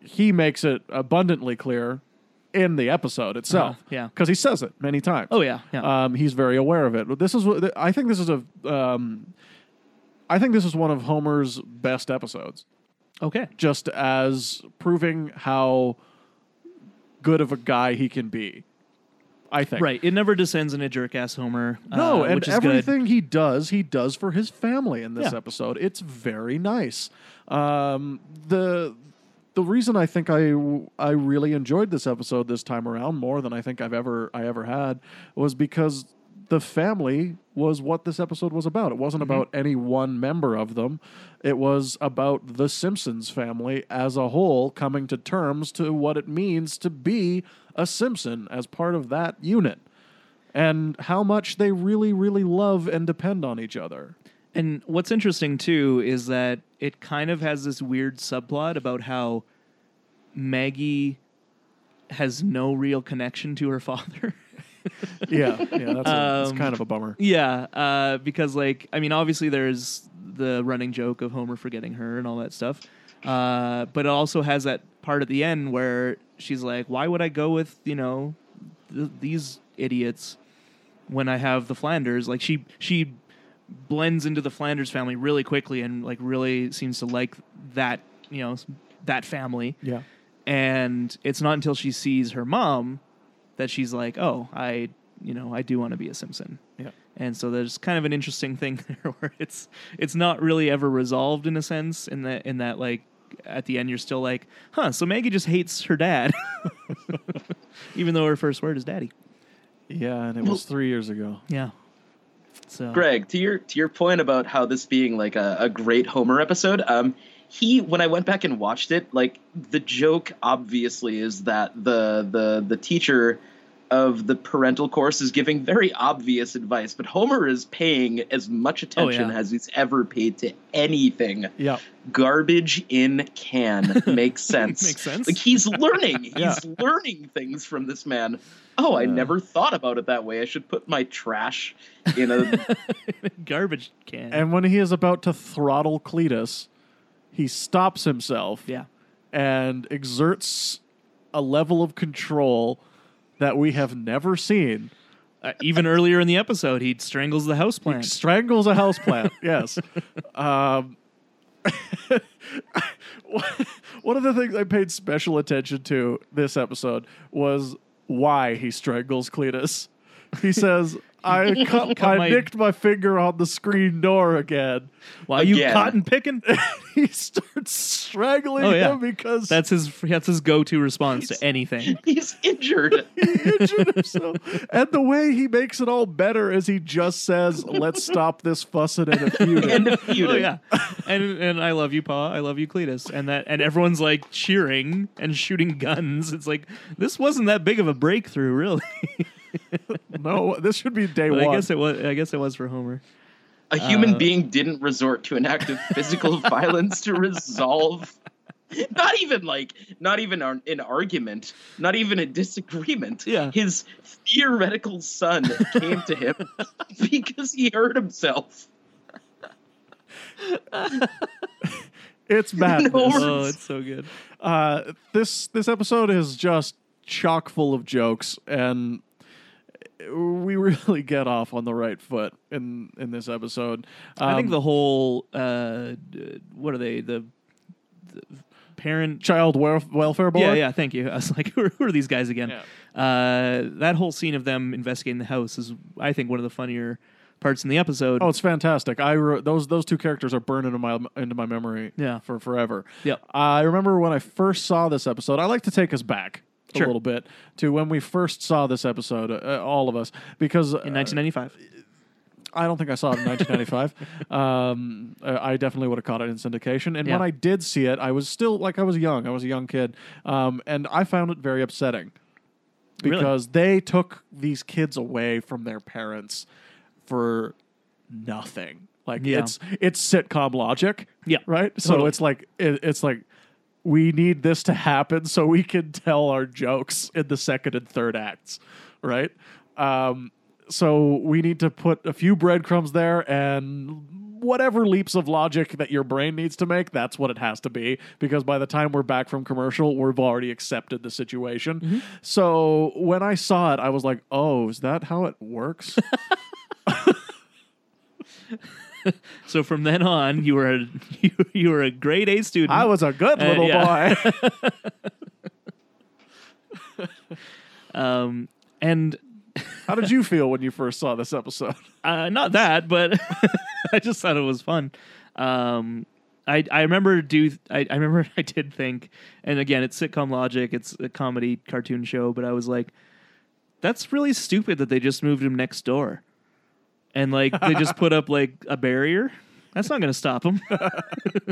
he makes it abundantly clear in the episode itself.
Uh-huh, yeah.
because he says it many times.
Oh yeah, yeah.
Um, he's very aware of it. This is what I think. This is a. Um, I think this is one of Homer's best episodes,
okay.
just as proving how good of a guy he can be. I think.
Right. It never descends in a jerk ass Homer.
No,
uh,
and
which is good.
everything he does, he does for his family in this
Yeah.
episode. It's very nice. Um, the the reason I think I I really enjoyed this episode this time around more than I think I've ever I ever had was because the family was what this episode was about. It
Mm-hmm.
wasn't about any one member of them. It was about the Simpsons family as a whole coming to terms to what it means to be a Simpson as part of that unit and how much they really, really love and depend on each other.
And what's interesting too is that it kind of has this weird subplot about how Maggie has no real connection to her father.
Yeah, yeah, that's, a, that's
Um,
kind of a bummer.
yeah, uh, because like I mean, obviously there's the running joke of Homer forgetting her and all that stuff, uh, but it also has that part at the end where she's like, "Why would I go with you know th- these idiots when I have the Flanders?" Like she she blends into the Flanders family really quickly and like really seems to like that you know s- that family
Yeah,
and it's not until she sees her mom that she's like, "Oh, I, you know, I do want to be a Simpson."
Yeah.
And so there's kind of an interesting thing there where it's it's not really ever resolved in a sense in that in that like at the end you're still like, "Huh, so Maggie just hates her dad." Even though her first word is daddy.
yeah, and it was three years ago.
Yeah. So
Greg, to your to your point about how this being like a, a great Homer episode, um, he when I went back and watched it, like the joke obviously is that the the the teacher of the parental course is giving very obvious advice, but Homer is paying as much attention
Oh, yeah.
as he's ever paid to anything.
Yeah,
Garbage in can makes sense.
makes sense.
Like he's learning. He's
Yeah.
learning things from this man. Oh, I
Yeah.
never thought about it that way. I should put my trash in a
Garbage can.
and when he is about to throttle Cletus, he stops himself
yeah.
and exerts a level of control that we have never seen.
Uh, even earlier in the episode, he strangles the houseplant.
Strangles a houseplant. yes. Um, one of the things I paid special attention to this episode was why he strangles Cletus. He says, "I cut,
Cut
I
my-
nicked my finger on the screen door again."
Why are you
Again.
cotton picking?
he starts strangling
Oh, yeah.
him because
That's his. That's his go-to response to anything.
He's injured.
he injured himself. And the way he makes it all better is he just says, "Let's stop this fussing and feuding."
and feuding.
Oh yeah, and and I love you, Pa. I love you, Cletus. And that and everyone's like cheering and shooting guns. It's like this wasn't that big of a breakthrough, really.
No, this should be day
But
one.
I guess it was. I guess it was for Homer.
A human
Uh,
being didn't resort to an act of physical violence to resolve. Not even like, not even an, an argument, not even a disagreement.
Yeah.
His theoretical son came to him because he hurt himself.
It's madness.
No.
Oh, it's so good.
Uh, this this episode is just chock full of jokes, and we really get off on the right foot in in this episode.
I think
Um,
the whole uh, d- what are they the, the parent
child welf- welfare board.
Yeah, yeah. Thank you. I was like, who are, who are these guys again? Uh, that whole scene of them investigating the house is, I think, one of the funnier parts in the episode.
Oh, it's fantastic. I wrote those those two characters are burned into my into my memory.
Yeah.
for forever. Uh,
Yep.
I remember when I first saw this episode. I like to take us back
Sure.
a little bit to when we first saw this episode, uh, all of us, because
in
uh,
1995.
I don't think I saw it in 1995. um, I I definitely would have caught it in syndication. And when
Yeah.
I did see it, I was still like I was young. I was a young kid, um, and I found it very upsetting
Really?
because they took these kids away from their parents for nothing. Like
Yeah.
it's it's sitcom logic.
Yeah,
Right. So
totally.
it's like it, it's like we need this to happen so we can tell our jokes in the second and third acts, right? Um, so we need to put a few breadcrumbs there and whatever leaps of logic that your brain needs to make, that's what it has to be. Because by the time we're back from commercial, we've already accepted the situation.
Mm-hmm.
So when I saw it, I was like, oh, is that how it works?
So from then on, you were a you, you were a grade A student.
I was a good
Uh,
little
yeah.
boy.
um, and
How did you feel when you first saw this episode?
Uh, not that, but I just thought it was fun. Um, I I remember do I, I remember I did think, and again, it's sitcom logic. It's a comedy cartoon show, but I was like, that's really stupid that they just moved him next door, and like they just put up like a barrier. That's not going to stop him.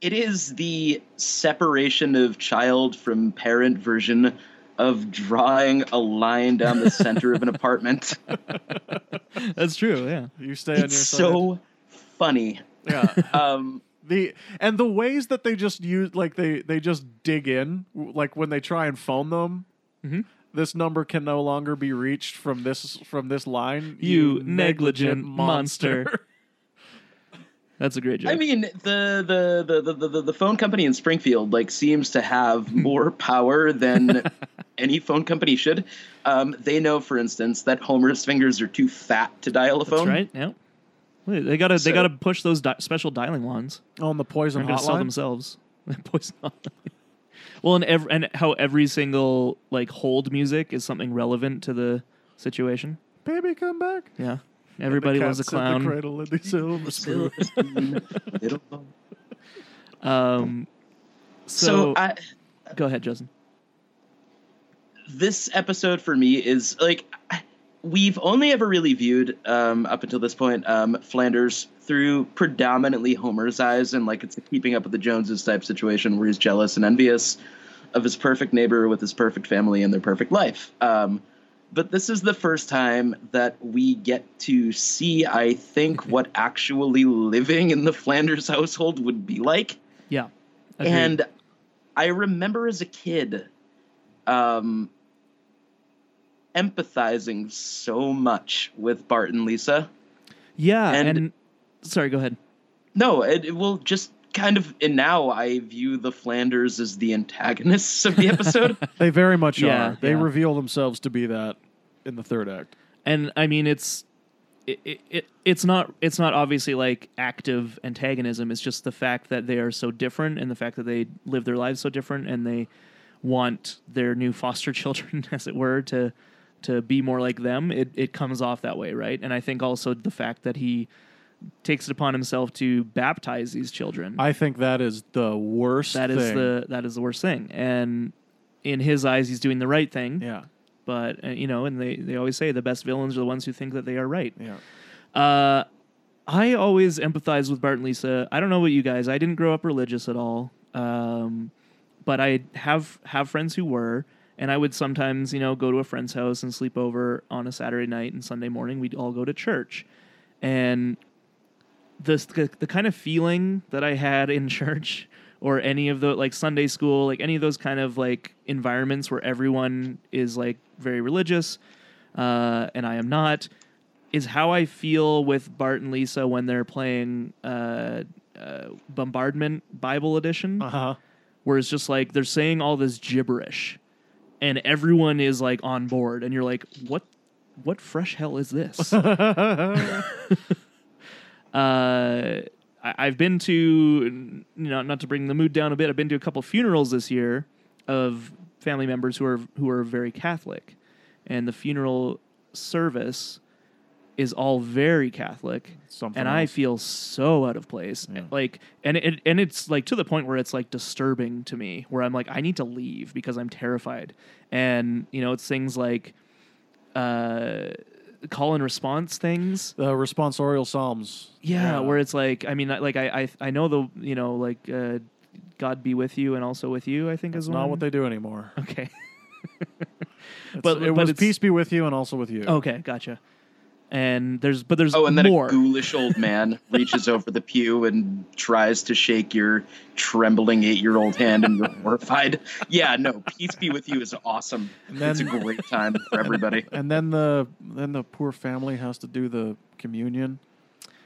It is the separation of child from parent version of drawing a line down the center of an apartment.
that's true. Yeah.
You stay on your
It's so funny.
side. Yeah.
Um,
The and the ways that they just use like they they just dig in like when they try and phone them.
Mhm.
This number can no longer be reached from this from this line.
You negligent monster. That's a great joke.
I mean, the the, the, the, the the phone company in Springfield like seems to have
Hmm.
more power than any phone company should. Um, they know, for instance, that Homer's fingers are too fat to dial a
that's
phone.
right. Yeah. Wait, They gotta they
So-
gotta push those di- special dialing wands.
On the poison
They're gonna sell
hotline.
themselves. Poison hotline. well, and ev- and how every single like hold music is something relevant to the situation.
Baby, come back.
Yeah. Everybody
The
loves a
cat's in the
clown.
cradle and the silver spoon.
Little phone.
Um. So,
so I,
go ahead, Justin.
this episode for me is like we've only ever really viewed um, up until this point um, Flanders through predominantly Homer's eyes, and like it's a keeping up with the Joneses type situation where he's jealous and envious of his perfect neighbor with his perfect family and their perfect life. Um, but this is the first time that we get to see, I think, what actually living in the Flanders household would be like.
Yeah. Agreed.
And I remember as a kid um, empathizing so much with Bart and Lisa.
yeah, and,
and-
sorry, go ahead.
No, it, it will just kind of, and now I view the Flanders as the antagonists of the episode.
They very much
Yeah,
are. They
yeah.
reveal themselves to be that in the third act.
and I mean it's it, it, it it's not it's not obviously like active antagonism. It's just the fact that they are so different and the fact that they live their lives so different and they want their new foster children, as it were, to to be more like them. It it comes off that way, right? And I think also the fact that he takes it upon himself to baptize these children.
I think that is the worst.
that is
thing.
the that is the worst thing. And in his eyes, he's doing the right thing.
yeah
But uh, you know, and they they always say the best villains are the ones who think that they are right.
yeah.
Uh, I always empathize with Bart and Lisa. I don't know about you guys. I didn't grow up religious at all, um, but I have have friends who were, and I would sometimes, you know, go to a friend's house and sleep over on a Saturday night and Sunday morning. We'd all go to church, and this the, the kind of feeling that I had in church or any of the like Sunday school, like any of those kind of like environments where everyone is like very religious, uh, and I am not is how I feel with Bart and Lisa when they're playing uh, uh, Bombardment Bible Edition,
Uh huh.
where it's just like they're saying all this gibberish, and everyone is like on board, and you're like, what, what fresh hell is this? uh, I- I've been to, you know, not to bring the mood down a bit. I've been to a couple funerals this year of family members who are who are very Catholic, and the funeral service is all very Catholic.
Something
and I
else.
feel so out of place.
Yeah.
Like, and it and it's like to the point where it's like disturbing to me, where I'm like, I need to leave because I'm terrified. And you know, it's things like uh, call and response things
The responsorial psalms.
yeah, where it's like i mean I- like i i, I know the you know like uh, god be with you and also with you i think
it's
is
not
one.
what they do anymore.
okay
It's-
But-
it
but
was
it's-
peace be with you and also with you.
okay gotcha and there's but there's
oh, and then
more
a ghoulish old man reaches over the pew and tries to shake your trembling eight year old hand, and you're horrified. Yeah, no, peace be with you is awesome.
And then-
it's a great time for everybody.
And then the then the poor family has to do the communion.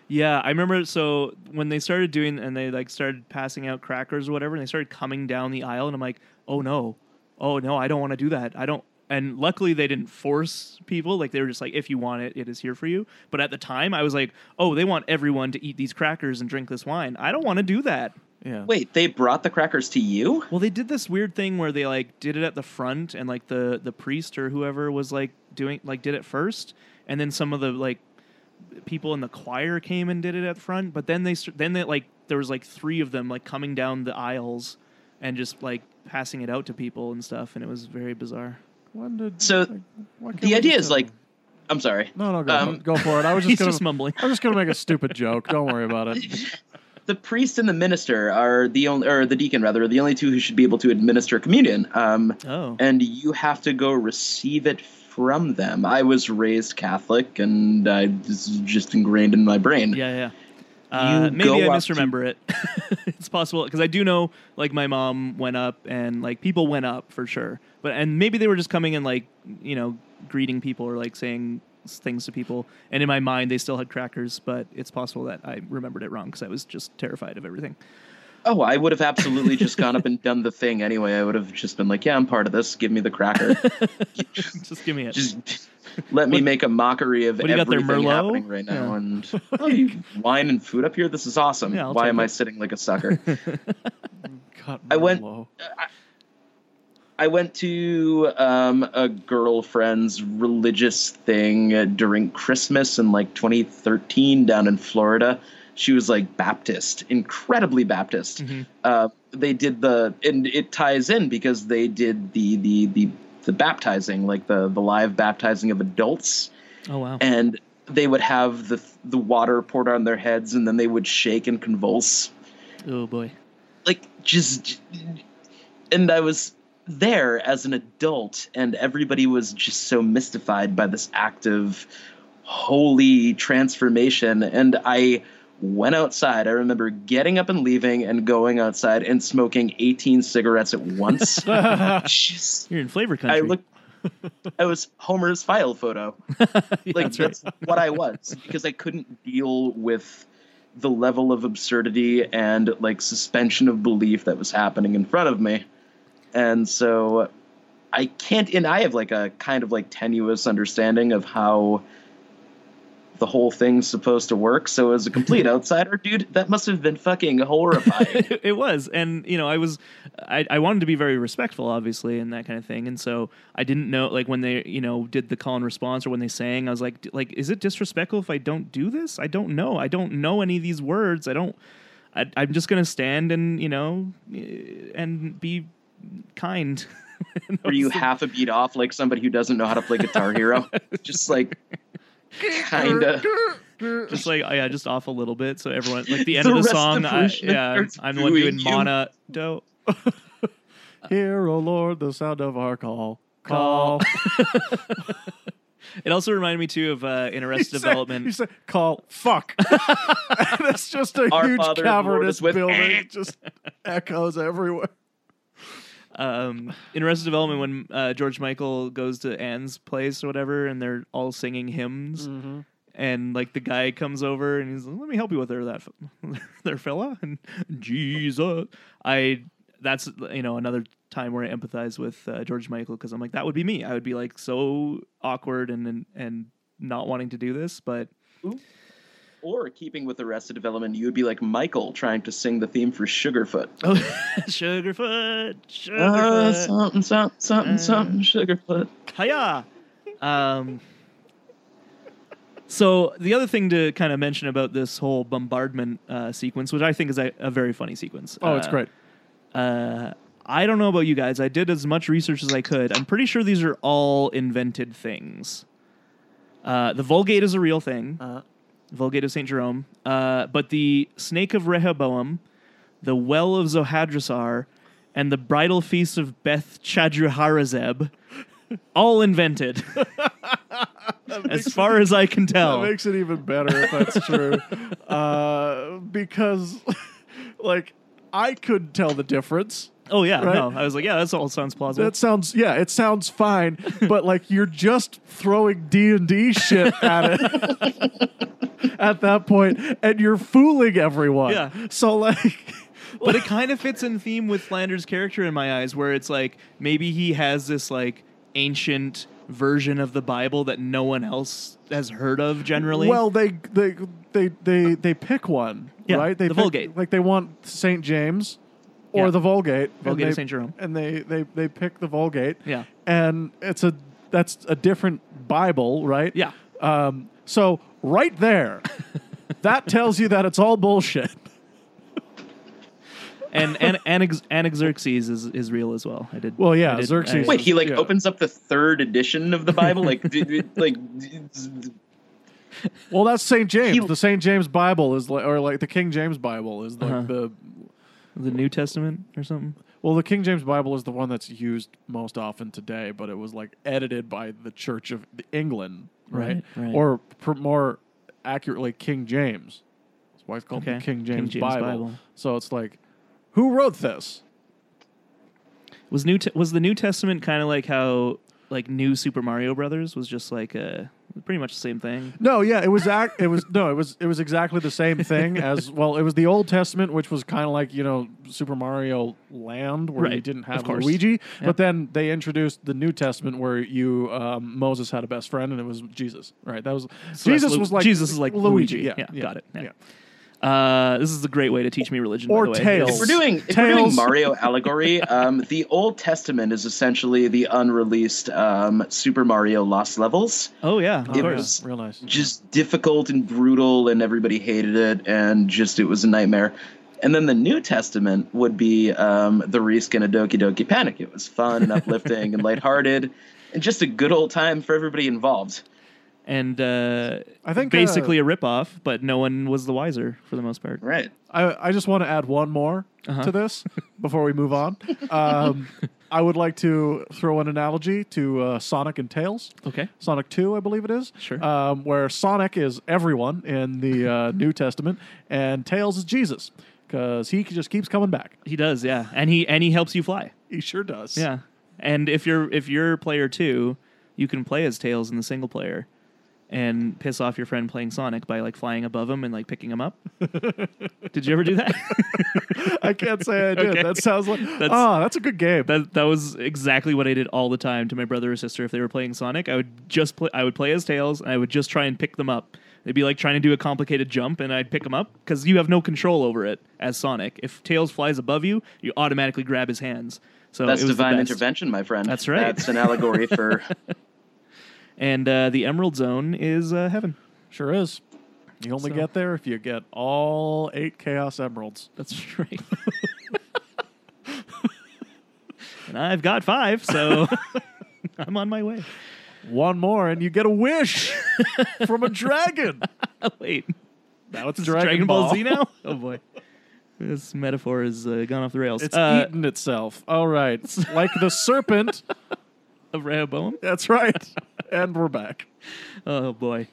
yeah i remember so when they started doing and they like started passing out crackers or whatever and they started coming down the aisle and i'm like oh no oh no i don't want to do that i don't and luckily they didn't force people like they were just like if you want it it is here for you but at the time i was like oh they want everyone to eat these crackers and drink this wine i don't want to do that
Yeah.
Wait, they brought the crackers to you?
Well, they did this weird thing where they like did it at the front, and like the the priest or whoever was like doing like did it first, and then some of the like people in the choir came and did it at front. But then they st- then they like there was like three of them like coming down the aisles and just like passing it out to people and stuff, and it was very bizarre.
When did,
So,
like, why can't
the
we
idea
just
is,
have-
like- I'm sorry.
No, no, go,
um,
go for it. I was just
He's
gonna.
just mumbling.
I was just gonna make a stupid joke. Don't worry about it.
the priest and the minister are the only, or the deacon rather, are the only two who should be able to administer communion. Um,
Oh,
and you have to go receive it from them. I was raised Catholic, and I, this is just ingrained in my brain.
yeah, yeah. Uh,
You go
maybe
up
I
to-
misremember it. it's possible because I do know, like, my mom went up and like people went up for sure. But and maybe they were just coming and like you know greeting people or like saying s- things to people. And in my mind, they still had crackers, but it's possible that I remembered it wrong because I was just terrified of everything.
Oh, I would have absolutely just gone up and done the thing anyway. I would have just been like, "Yeah, I'm part of this. Give me the cracker.
just give me it.
just let me
What-
make a mockery of
what do you got there,
everything
Merlot?
happening right now."
Yeah.
And oh, you, wine and food up here. This is awesome.
Yeah, I'll
Why
take
am I
it.
sitting like a sucker?
God,
I went-
Merlot.
I went to um, a girlfriend's religious thing uh, during Christmas in like 2013 down in Florida. She was like Baptist, incredibly Baptist.
Mhm.
Uh, they did the, and it ties in because they did the the the the baptizing, like the the live baptizing of adults,
Oh wow.
and they would have the the water poured on their heads, and then they would shake and convulse
Oh boy.
like just and i was there as an adult and everybody was just so mystified by this act of holy transformation and i went outside i remember getting up and leaving and going outside and smoking 18 cigarettes at once just
You're in flavor country.
i looked i was homer's file photo
Yeah,
like
that's
that's,
right.
what I was because I couldn't deal with the level of absurdity and like suspension of belief that was happening in front of me, and so I can't. And I have like a kind of like tenuous understanding of how the whole thing's supposed to work. So as a complete outsider, dude, that must have been fucking horrifying.
it was and you know i was I, I wanted to be very respectful obviously and that kind of thing and so i didn't know like when they you know did the call and response or when they sang i was like d- like is it disrespectful if i don't do this i don't know i don't know any of these words i don't I, i'm just gonna stand and you know eh, and be kind And that
Were you
was the-
half a beat off like somebody who doesn't know how to play Guitar Hero? Just like kinda.
just like oh, yeah just off a little bit so everyone like the end
The
of the
rest of
song I,
Fusion
yeah
starts
i'm the one
booing
doing
you.
mana do
Hear, O Lord, the sound of our call. Call.
it also reminded me too of uh, in arrested
You say-
development
You say, call. Fuck. That's just a
Our
huge
Father, the Lord
cavernous
is with-
building. It just echoes everywhere.
um, in Arrested Development when uh, George Michael goes to Anne's place or whatever, and they're all singing hymns, and like the guy comes over and he's like, "Let me help you with her that f- their fella and Jesus." I that's you know another time where I empathize with uh, George Michael because I'm like that would be me. I would be like so awkward and and, and not wanting to do this, but
Or keeping with the rest of development, you would be like Michael trying to sing the theme for Sugarfoot.
oh, Sugarfoot,
Uh,
Sugarfoot.
something, something, something,
Uh.
something, Sugarfoot.
Hiya. Um, so the other thing to kind of mention about this whole bombardment uh, sequence, which I think is a, a very funny sequence.
Oh, it's
uh,
great.
Uh, I don't know about you guys. I did as much research as I could. I'm pretty sure these are all invented things. Uh, the Vulgate is a real thing.
Uh,
Vulgate of St. Jerome. Uh, but the Snake of Rehoboam, the Well of Zohadrosar, and the Bridal Feast of Beth Chadruharazeb, all invented, as far as I can
That
tell.
makes it even better if that's true. uh, because, like, I couldn't tell the difference.
oh, yeah.
right?
No, I was like, yeah, that's all sounds plausible.
That sounds yeah, it sounds fine, but like you're just throwing D and D shit at it at that point, and you're fooling everyone.
Yeah.
So like,
but it kind of fits in theme with Flanders' character in my eyes, where it's like maybe he has this like ancient version of the Bible that no one else has heard of generally.
Well, they they they they they pick one,
Yeah,
right? They
the
pick-
Vulgate.
Like they want St. James or
Yeah.
the Vulgate. and
Vulgate of
they-
St. Jerome.
And they they they pick the Vulgate.
Yeah.
And it's a that's a different Bible, right?
Yeah.
Um so right there that tells you that it's all bullshit.
and and Anax- Anaxerxes is, is real as well. I did.
Well, yeah,
I did-
Xerxes
I-
Wait, he like
Yeah.
opens up the third edition of the Bible, like d- d- like d- d-
Well, that's St. James.
He-
the St. James Bible is like or like the King James Bible is like
Uh-huh.
the
the New Testament or something.
Well, the King James Bible is the one that's used most often today, but it was like edited by the Church of England, right?
Right, right.
Or pr- more accurately, King James. That's why it's called the
Okay.
King James,
James
Bible.
Bible.
So it's like, who wrote this?
Was new te- was the New Testament kind of like how like new Super Mario Brothers was just like a pretty much the same thing.
No, yeah, it was ac- it was no, it was it was exactly the same thing as well. It was the Old Testament, which was kind of like you know Super Mario Land, where you
Right,
didn't
of
have
course.
Luigi,
Yeah.
but then they introduced the New Testament, where you um, Moses had a best friend, and it was Jesus, right? That was
So that's
Jesus
Lu-
was like
Jesus is like Luigi.
Yeah,
Yeah, got it. Yeah. Uh, this is a great way to teach me religion.
Or
by the way.
Tails.
if we're doing if we're
Tails.
doing Mario allegory, um, the Old Testament is essentially the unreleased um, Super Mario Lost Levels.
Oh yeah, of
Oh,
It
course.
was-
real nice.
Just difficult and brutal, and everybody hated it, and just it was a nightmare. And then the New Testament would be um, the reskin of Doki Doki Panic. It was fun and uplifting and lighthearted, and just a good old time for everybody involved.
and uh,
I think,
basically a ripoff, but no one was the wiser for the most part.
Right.
I, I just want to add one more
Uh-huh.
to this before we move on. Um, I would like to throw an analogy to uh, Sonic and Tails.
Okay,
Sonic 2, I believe it is.
Sure.
Um, where Sonic is everyone in the uh, New Testament, and Tails is Jesus because he just keeps coming back.
he does. Yeah, and he and he helps you fly.
He sure does.
Yeah, and if you're if you're player two, you can play as Tails in the single player, and piss off your friend playing Sonic by like flying above him and like picking him up. Did you ever do that?
I can't say I did.
Okay.
That sounds like,
That's-
ah, that's a good game.
that that was exactly what I did all the time to my brother or sister if they were playing Sonic. I would just play. I would play as Tails, and I would just try and pick them up. They'd be like trying to do a complicated jump, and I'd pick them up because you have no control over it as Sonic. If Tails flies above you, you automatically grab his hands. So
That's
Oh, it was the
divine
best.
intervention, my friend.
That's right.
That's an allegory for
And uh, the Emerald Zone is uh, heaven.
sure is. You only
So-
get there if you get all eight Chaos Emeralds.
That's right. and I've got five, so I'm on my way.
One more, and you get a wish from a dragon.
Wait,
Now it's
this is
Dragon,
Ball. Z now? Oh boy, this metaphor has uh, gone off the rails.
It's
uh,
eaten itself. All right. like the serpent.
of Rehoboam.
That's right. And we're back.
Oh boy.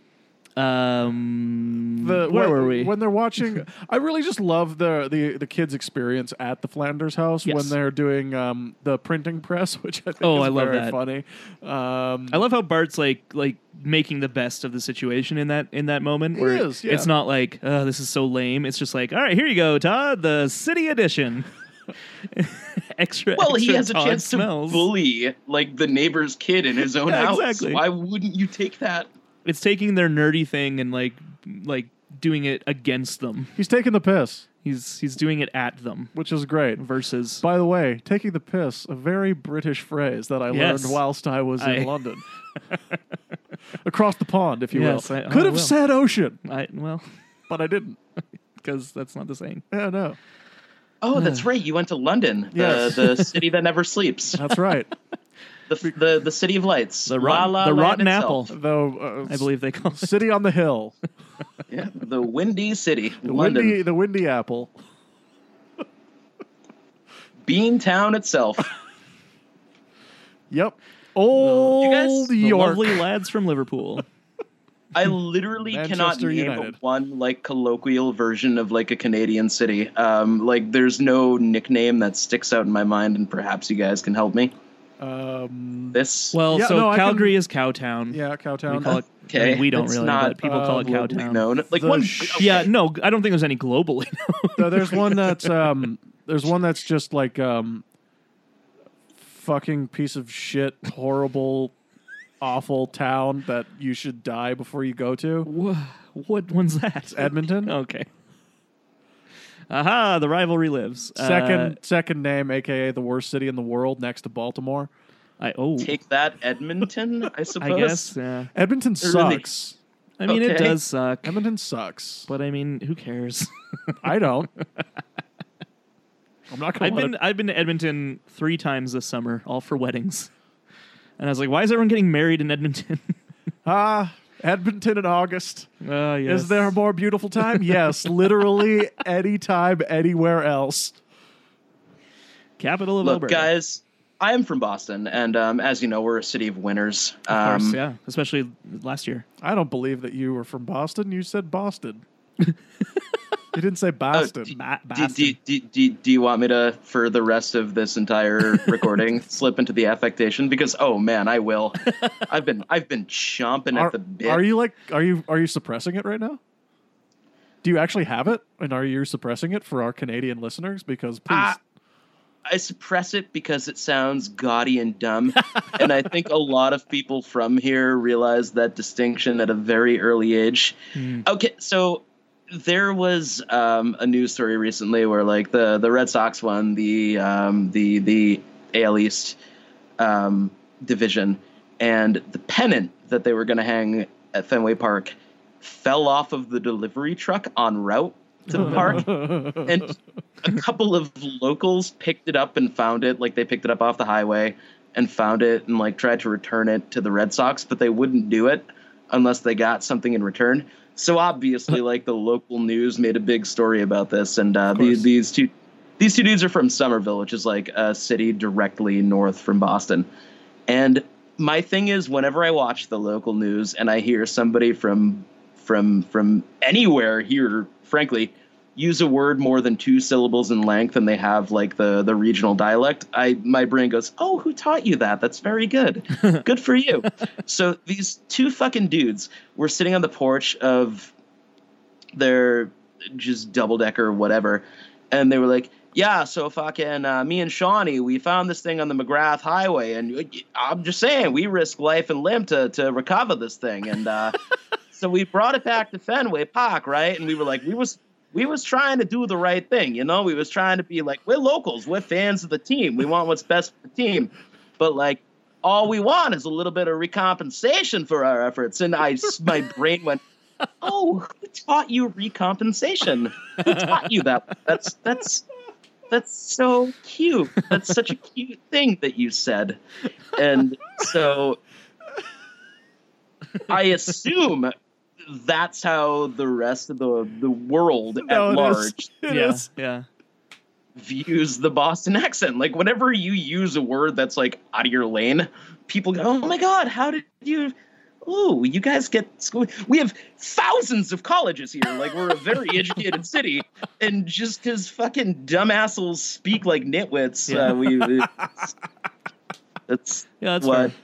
Um,
The,
where
when,
were we?
When they're watching, I really just love the, the the kids' experience at the Flanders house when
Yes.
they're doing um, the printing press, which I think
Oh,
is
I love
very
that.
funny. Um,
I love how Bart's like like making the best of the situation in that in that moment.
He
where
is, yeah.
It's not like oh, this is so lame. It's just like all right, here you go, Todd, the city edition. extra.
Well,
extra
he has a
Todd
chance
smells.
to bully like the neighbor's kid in his own
Yeah,
house.
exactly.
Why wouldn't you take that?
It's taking their nerdy thing and like like doing it against them.
he's taking the piss,
He's he's doing it at them
which is great.
versus.
By the way, taking the piss, a very British phrase that I
Yes.
learned whilst I was
I-
in London. Across the pond, if you
Yes,
will.
I- oh,
Could
I
have
will.
said ocean,
I, well,
but I didn't.
because that's not the saying.
Yeah, no.
Oh, that's right. You went to London,
Yes.
the, the city that never sleeps,
That's right.
the, the the city of lights,
The rotten- the
Land
rotten
itself.
apple.
Though uh,
I believe they call it.
City on the Hill.
Yeah, the windy city,
The
London,
windy the windy apple.
Bean Town itself.
Yep. Old
guys- the
The
York.
lovely lads from Liverpool.
I literally cannot
Manchester
name
United.
one like colloquial version of like a Canadian city. Um, like there's no nickname that sticks out in my mind, and perhaps you guys can help me.
um
This
Well,
Yeah,
so
no, I can-
Calgary is Cowtown.
yeah,
we
Cowtown.
call it. I mean,
Okay,
we don't
that's
really,
not,
but people call it
uh,
Cowtown.
worldly
known like
The
one.
sh-
Yeah, no, I don't think there's any globally.
No, there's one that's um there's one that's just like um fucking piece of shit horrible awful town that you should die before you go to?
Wha what one's that?
Edmonton?
Okay. Aha! The rivalry lives. Uh,
Second, second name, aka the worst city in the world, next to Baltimore.
I oh,
Take that, Edmonton. I suppose.
I guess. Yeah.
Edmonton
Really?
sucks.
I mean, it
Okay.
does suck,
Edmonton sucks.
but I mean, who cares?
I don't. I'm not gonna.
I've
let
been
it-
I've been to Edmonton three times this summer, all for weddings. And I was like, why is everyone getting married in Edmonton?
Ah, Edmonton in August.
uh,
Is there a more beautiful time? Yes, literally any time, anywhere else.
capital of
Look,
Alberta?
guys, I am from Boston, and um, as you know, we're a city of winners.
Of
Um,
course, yeah, especially last year.
I don't believe that you were from Boston. You said Boston. you didn't
Oh,
say Boston.
Ba-
Do,
Boston.
do, do, do, do you want me to, for the rest of this entire recording, slip into the affectation? Because oh man, I will. I've been I've been chomping
are,
at the bit.
are you like are you are you suppressing it right now? Do you actually have it? And are you suppressing it for our Canadian listeners? Because please,
Ah. I suppress it because it sounds gaudy and dumb, and I think a lot of people from here realize that distinction at a very early age.
Hmm.
Okay, so there was um, a news story recently where like the the Red Sox won the um, the the AL East um, division, and the pennant that they were going to hang at Fenway Park fell off of the delivery truck en route to the park and a couple of locals picked it up and found it like they picked it up off the highway and found it and like tried to return it to the red sox but they wouldn't do it unless they got something in return so obviously like the local news made a big story about this and uh,
course.
these, these two these two dudes are from somerville which is like a city directly north from boston and my thing is whenever i watch the local news and i hear somebody from from from anywhere here frankly use a word more than two syllables in length and they have like the the regional dialect i my brain goes oh who taught you that that's very good good for you so these two fucking dudes were sitting on the porch of their just double decker or whatever and they were like yeah so fucking uh, me and shawnee we found this thing on the mcgrath highway and uh, i'm just saying we risked life and limb to, to recover this thing and uh, so we brought it back to fenway park right and we were like we was we was trying to do the right thing you know we was trying to be like we're locals we're fans of the team we want what's best for the team but like all we want is a little bit of recompensation for our efforts and i s- my brain went oh who taught you recompensation who taught you that that's that's that's so cute that's such a cute thing that you said and so i assume that's how the rest of the the world
No, it
at
is.
large
It
yeah,
is.
yeah.
views the Boston accent. Like whenever you use a word that's like out of your lane, people go, "Oh my god, how did you?" Ooh, you guys get school. We have thousands of colleges here. Like we're a very educated city, and just because fucking dumbassels speak like nitwits,
Yeah.
uh, we. It's, it's-
Yeah, that's
What?
fair.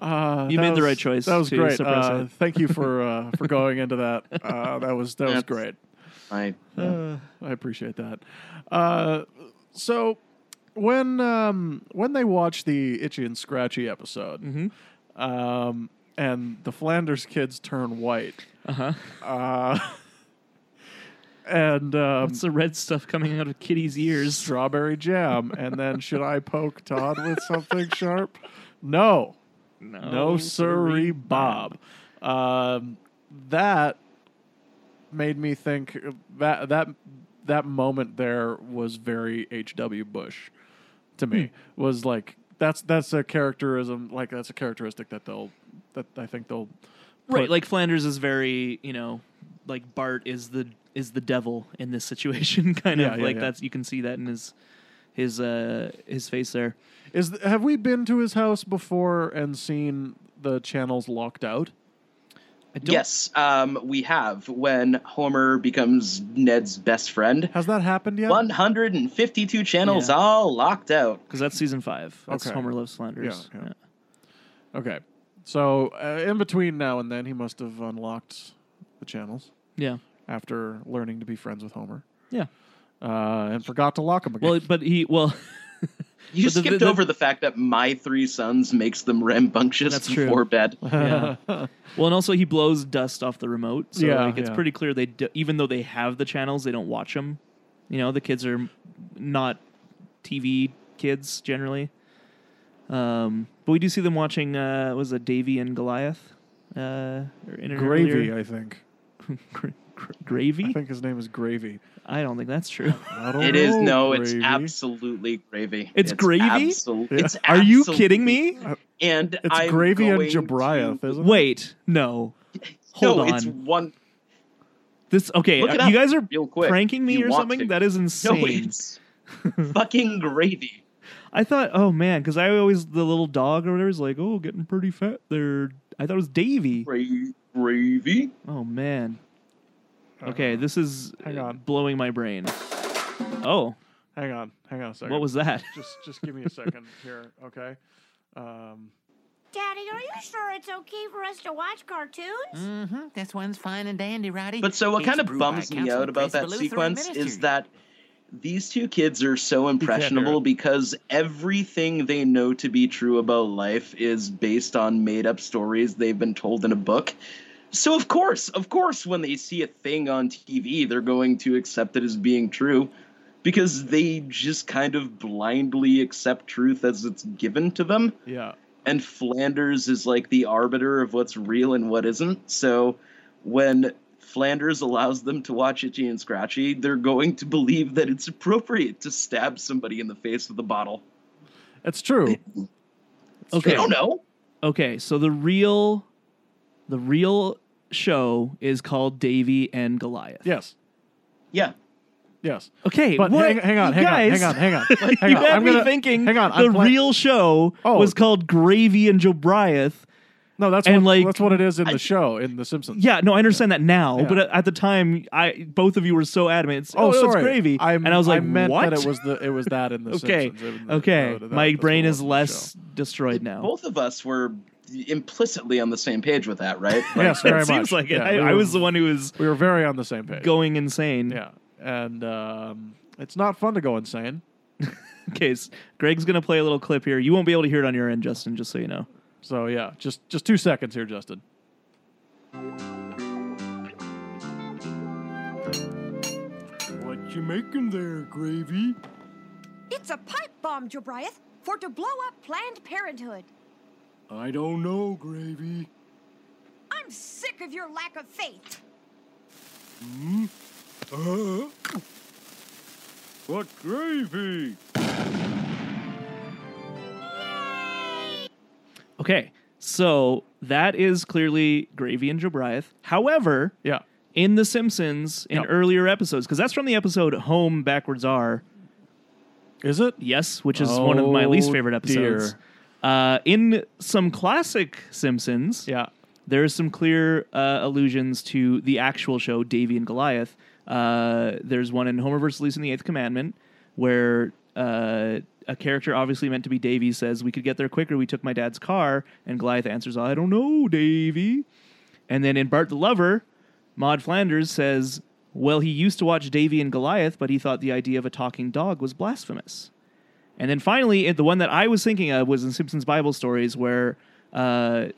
Uh,
You
that
made
was-
the right choice
That was
to
great.
suppress
Uh,
it.
thank you for uh, for going into that. Uh, that was that was
That's-
great.
I
Uh, I appreciate that. Uh, so when um, when they watch the Itchy and Scratchy episode,
Mm-hmm.
um, and the Flanders kids turn white,
Uh huh.
uh, and um,
What's the red stuff coming out of Kitty's
here's
ears?
strawberry jam, and then should I poke Todd with something sharp? No,
Oh,
no, sorry, Bob. Um, that made me think uh, that that that moment there was very H.W. Bush to me. Was like that's that's a characterism like that's a characteristic that they'll that I think they'll
Right,
put-
like Flanders is very, you know, like Bart is the is the devil in this situation, kind
Yeah,
of
yeah,
like
yeah.
that's you can see that in his his uh his face there.
is th- have we been to his house before and seen the channels locked out?
I don't,
yes, um, we have when Homer becomes Ned's best friend.
Has that happened yet?
One hundred and fifty-two channels
Yeah.
all locked out.
because that's season five. That's
Okay.
Homer loves Flanders.
Yeah, yeah. Okay. So uh, in between now and then, he must have unlocked the channels
Yeah.
after learning to be friends with Homer.
Yeah.
Uh, and forgot to lock them again.
Well, but he well,
You
But the-
skipped
the-
over the fact that my three sons makes them rambunctious
That's true.
before bed.
Yeah. Well, and also he blows dust off the remote, so
Yeah,
like, it's
yeah.
pretty clear they do, even though they have the channels, they don't watch them. You know, the kids are not TV kids generally. Um, but we do see them watching. Uh, was it Davy and Goliath? Uh, or in an
Gravy,
earlier-
I think.
Gr- gr- gravy?
I
I,
think his name is Gravy.
don't think that's true.
I don't
It is
know,
no, it's
Gravy.
absolutely gravy.
It's gravy?
absol-
Yeah.
it's
Are you
absolutely-
kidding me?
And
It's
I'm
Gravy and
going to-
Jabriath, isn't it?
Wait, no. Hold
no,
on.
it's one
This okay?
Look it
uh, you
up
guys are
real quick.
pranking me
You
or
want
something?
to.
That is
No,
insane.
it's fucking gravy.
I thought, oh man, because I always the little dog or whatever is like, oh, getting pretty fat there. I thought it was Davy.
Gra- gravy.
Oh man.
Uh,
Okay, this is
Hang
uh,
on.
blowing my brain. Oh,
Hang on, hang on a second.
what was that?
Just, just give me a second here, okay? Um,
Daddy, are you sure it's okay for us to watch cartoons?
Mm-hmm. This one's fine and dandy, Roddy.
But so what
It's
kind of
brewed by
bums me
Council
out
of
about
Grace
that
Lutheran
sequence is
Ministry.
that these two kids are so impressionable because everything they know to be true about life is based on made up stories they've been told in a book. So of course, of course when they see a thing on TV, they're going to accept it as being true because they just kind of blindly accept truth as it's given to them
yeah.
and Flanders is like the arbiter of what's real and what isn't. So when Flanders allows them to watch Itchy and Scratchy, they're going to believe that it's appropriate to stab somebody in the face with a bottle.
It's true.
I
Okay,
don't know.
okay. So the real, the real show is called Davy and Goliath.
Yes,
Yeah.
yes.
Okay,
But
what?
hang, hang on,
You
hang
guys,
on, hang on, hang on, hang on.
you had
I'm
me
gonna-
thinking
Hang on,
the
I'm pla-
real show
Oh.
was called Gravy and Jobriath.
No, that's
and,
what,
like,
that's what it is in the
I-
show in The Simpsons.
Yeah, no, I understand that now,
Yeah.
but at- at the time, I both of you were so adamant. It's, oh, no, it's gravy,
I'm-
and I was like,
meant
what?
that it was the it was that in the
okay,
Simpsons. It was-
okay.
uh, that-
My
that's
brain
what it
is
was in the
less destroyed now.
Both of us were implicitly on the same page with that, right?
show. Yes,
it
very
seems
much.
like it.
Yeah,
I,
we
I
were-
was the one who was
We were very on the same page.
going insane.
Yeah, and um, it's not fun to go insane.
Okay, s- Greg's gonna play a little clip here. You won't be able to hear it on your end, Justin. Just so you know.
So yeah, just just two seconds here, Justin.
What you making there, Gravy?
It's a pipe bomb, Jobriath, for to blow up Planned Parenthood.
I don't know, Gravy.
I'm sick of your lack of faith.
Uh, what gravy?
Okay, so that is clearly Gravy and Jobriath. However,
Yeah,
in The Simpsons, in
Yep.
earlier episodes, because that's from the episode "Home Backwards Are."
is it?
Yes, which is one of my least
Oh,
favorite episodes.
dear.
Uh, in some classic Simpsons,
Yeah,
there's some clear uh, allusions to the actual show Davy and Goliath. Uh, there's one in Homer vs. Lisa in the Eighth Commandment where uh, a character obviously meant to be Davy says, "We could get there quicker. We took my dad's car," and Goliath answers, "I don't know, Davy." And then in Bart the Lover, Maud Flanders says, "Well, he used to watch Davy and Goliath, but he thought the idea of a talking dog was blasphemous." And then finally, it- the one that I was thinking of was in Simpsons Bible Stories, where uh,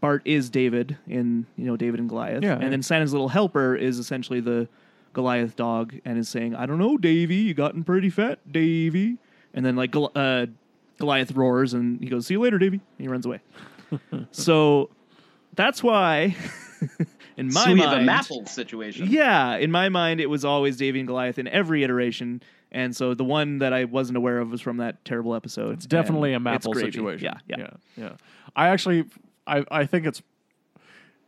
Bart is David in you know David and Goliath,
Yeah,
and
yeah.
then Santa's little helper is essentially the Goliath dog, and is saying, "I don't know, Davy, you gotten pretty fat, Davy," and then like Gol- uh, Goliath roars and he goes, "See you later, Davy," and he runs away. so that's why, in my
so we have a
mind,
Mapple situation.
yeah, in my mind, it was always Davy and Goliath in every iteration, and so the one that I wasn't aware of was from that terrible episode.
it's definitely
and
a
it's
Mapple
gravy.
situation.
Yeah, yeah,
yeah, yeah. I actually, I I think it's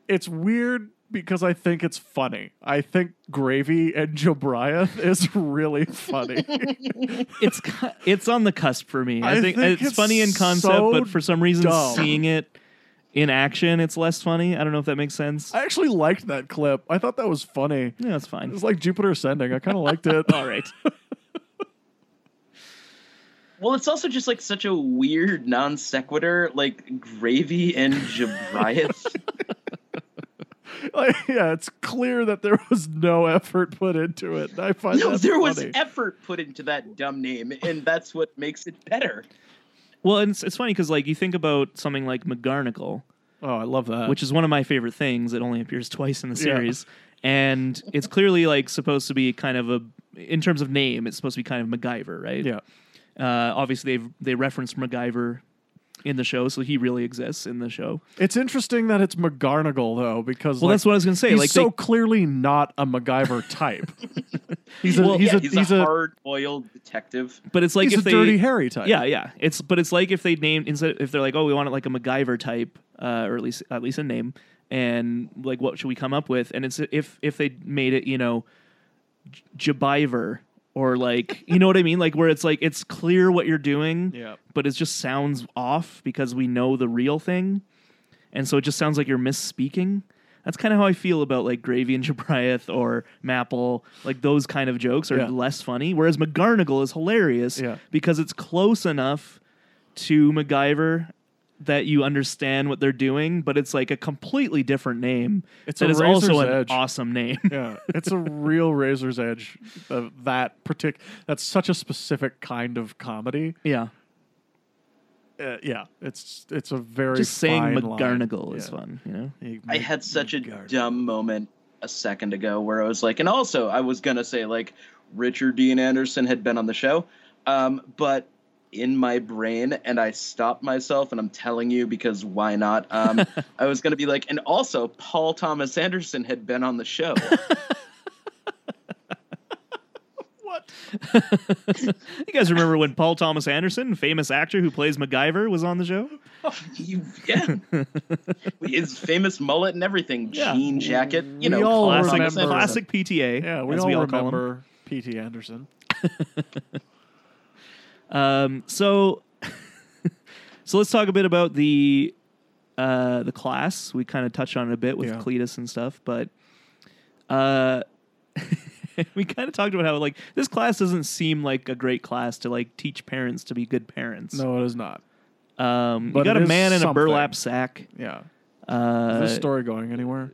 it's weird because I think it's funny. I think Gravy and Jobriath is really funny.
It's cu- it's on the cusp for me. I,
I
think,
think
it's,
it's
funny in concept,
so
but for some reason,
dumb.
seeing it in action, it's less funny. I don't know if that makes sense.
I actually liked that clip. I thought that was funny.
yeah, that's
It
fine.
was like Jupiter ascending. I kind of liked it.
All right.
Well, it's also just like such a weird non sequitur, like gravy and Jabriath.
Like, yeah, it's clear that there was no effort put into it. I find
No,
that
there was
funny.
effort put into that dumb name, and that's what makes it better.
Well, and it's, it's funny because like you think about something like McGarnacle,
oh, I love that.
which is one of my favorite things. It only appears twice in the
Yeah.
series, and it's clearly like supposed to be kind of a in terms of name, it's supposed to be kind of MacGyver, right?
yeah,
Uh, obviously, they they referenced MacGyver in the show, so he really exists in the show.
it's interesting that it's McGarnagle though, because
Well,
like,
that's what I was gonna say.
he's
like,
so
they-
clearly not a MacGyver type. he's a
Well,
he's
yeah,
a
he's,
he's
a,
a
hard-boiled detective.
but it's like
he's
if
a
they
dirty Harry type.
Yeah, yeah. It's but it's like if they named instead if they're like, oh, we want it like a MacGyver type, uh, or at least at least a name, and like what should we come up with? And it's if if they made it, you know, J- Jibiver or like you know what I mean, like where it's like it's clear what you're doing,
Yeah.
but it just sounds off because we know the real thing, and so it just sounds like you're misspeaking. That's kind of how I feel about like Gravy and Jabriath or Mapple. Like those kind of jokes are
Yeah.
less funny, whereas McGarnagle is hilarious
Yeah.
because it's close enough to MacGyver that you understand what they're doing, but it's like a completely different name.
It's
that
a
is also
razor's
an
edge.
awesome name.
yeah, it's a real razor's edge. Of that partic- that's such a specific kind of comedy.
yeah,
Uh, yeah, it's it's a very
just saying
fine line.
McGarnagle is
Yeah.
fun. You know,
You-
I had such a
McGarnagle.
dumb moment a second ago where I was like, and also I was gonna say like Richard Dean Anderson had been on the show, um, but in my brain, and I stopped myself, and I'm telling you because why not? Um, I was gonna be like, and also Paul Thomas Anderson had been on the show.
you guys remember when Paul Thomas Anderson, famous actor who plays MacGyver, was on the show?
He- yeah, his famous mullet and everything,
Yeah.
jean jacket. You
We
know,
all
Paul
Classic,
Thomas
remember-
Anderson.
classic PTA.
Yeah, we
as
all,
we all call him.
remember P.T. Anderson.
Um, so, so let's talk a bit about the uh, the class. We kind of touched on it a bit with
Yeah.
Cletus and stuff, but uh, we kind of talked about how like this class doesn't seem like a great class to like teach parents to be good parents.
No, it is not.
um, you
but
got
it
a
is
man in a
something.
burlap sack.
Yeah,
Uh,
is this story going anywhere?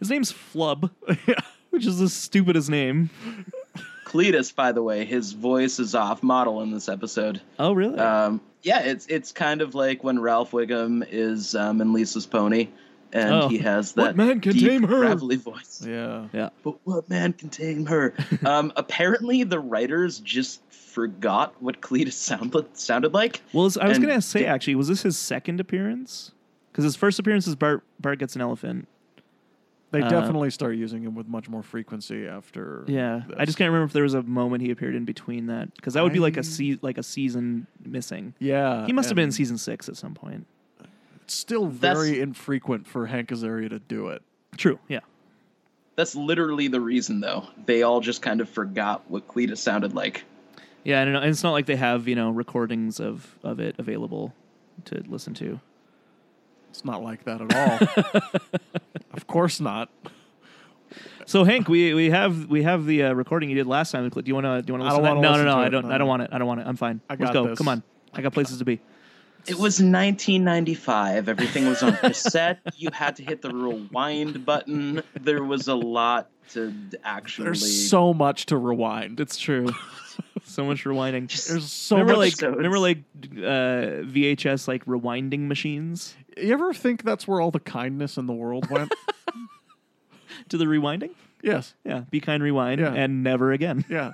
his name's Flub, which is the stupidest name.
Cletus, by the way, his voice is off model in this episode.
Oh, really?
Um, yeah, it's it's kind of like when Ralph Wiggum is um, in Lisa's Pony, and
Oh.
he has
What
that
man can
deep,
tame her?
gravelly voice.
yeah,
But what man can tame her? um, apparently, the writers just forgot what Cletus sounded sounded like.
Well, it's- I was
And
going to say
di-
actually, was this his second appearance? Because his first appearance is Bart. Bart gets an elephant.
they
Uh,
definitely start using him with much more frequency after.
Yeah, I
this.
just can't remember if there was a moment he appeared in between that. Because that would be like
I-
a se- like a season missing.
Yeah,
He must have been in
and
season six at some point.
it's still
That's-
very infrequent for Hank Azaria to do it.
True. Yeah.
That's literally the reason, though. They all just kind of forgot what Cletus sounded like.
Yeah, I don't know. And it's not like they have you know recordings of of it available to listen to.
It's not like that at all. of course not.
So Hank, we, we have we have the uh, recording you did last time. Do you want to do you want
I don't
to listen? to that?
wanna
No,
listen
no, no.
to
I
it.
don't.
No,
I
no.
don't want it. I don't want it. I'm fine.
I
Let's
got
go.
this.
Come on. I got places to be.
It was 1995. Everything was on cassette. you had to hit the rewind button. There was a lot to actually.
There's so much to rewind. It's true.
So much rewinding.
There's so
remember
much.
like remember like uh, VHS like rewinding machines
you ever think that's where all the kindness in the world went?
to the rewinding?
yes.
Yeah, be kind, rewind,
Yeah.
and never again.
Yeah.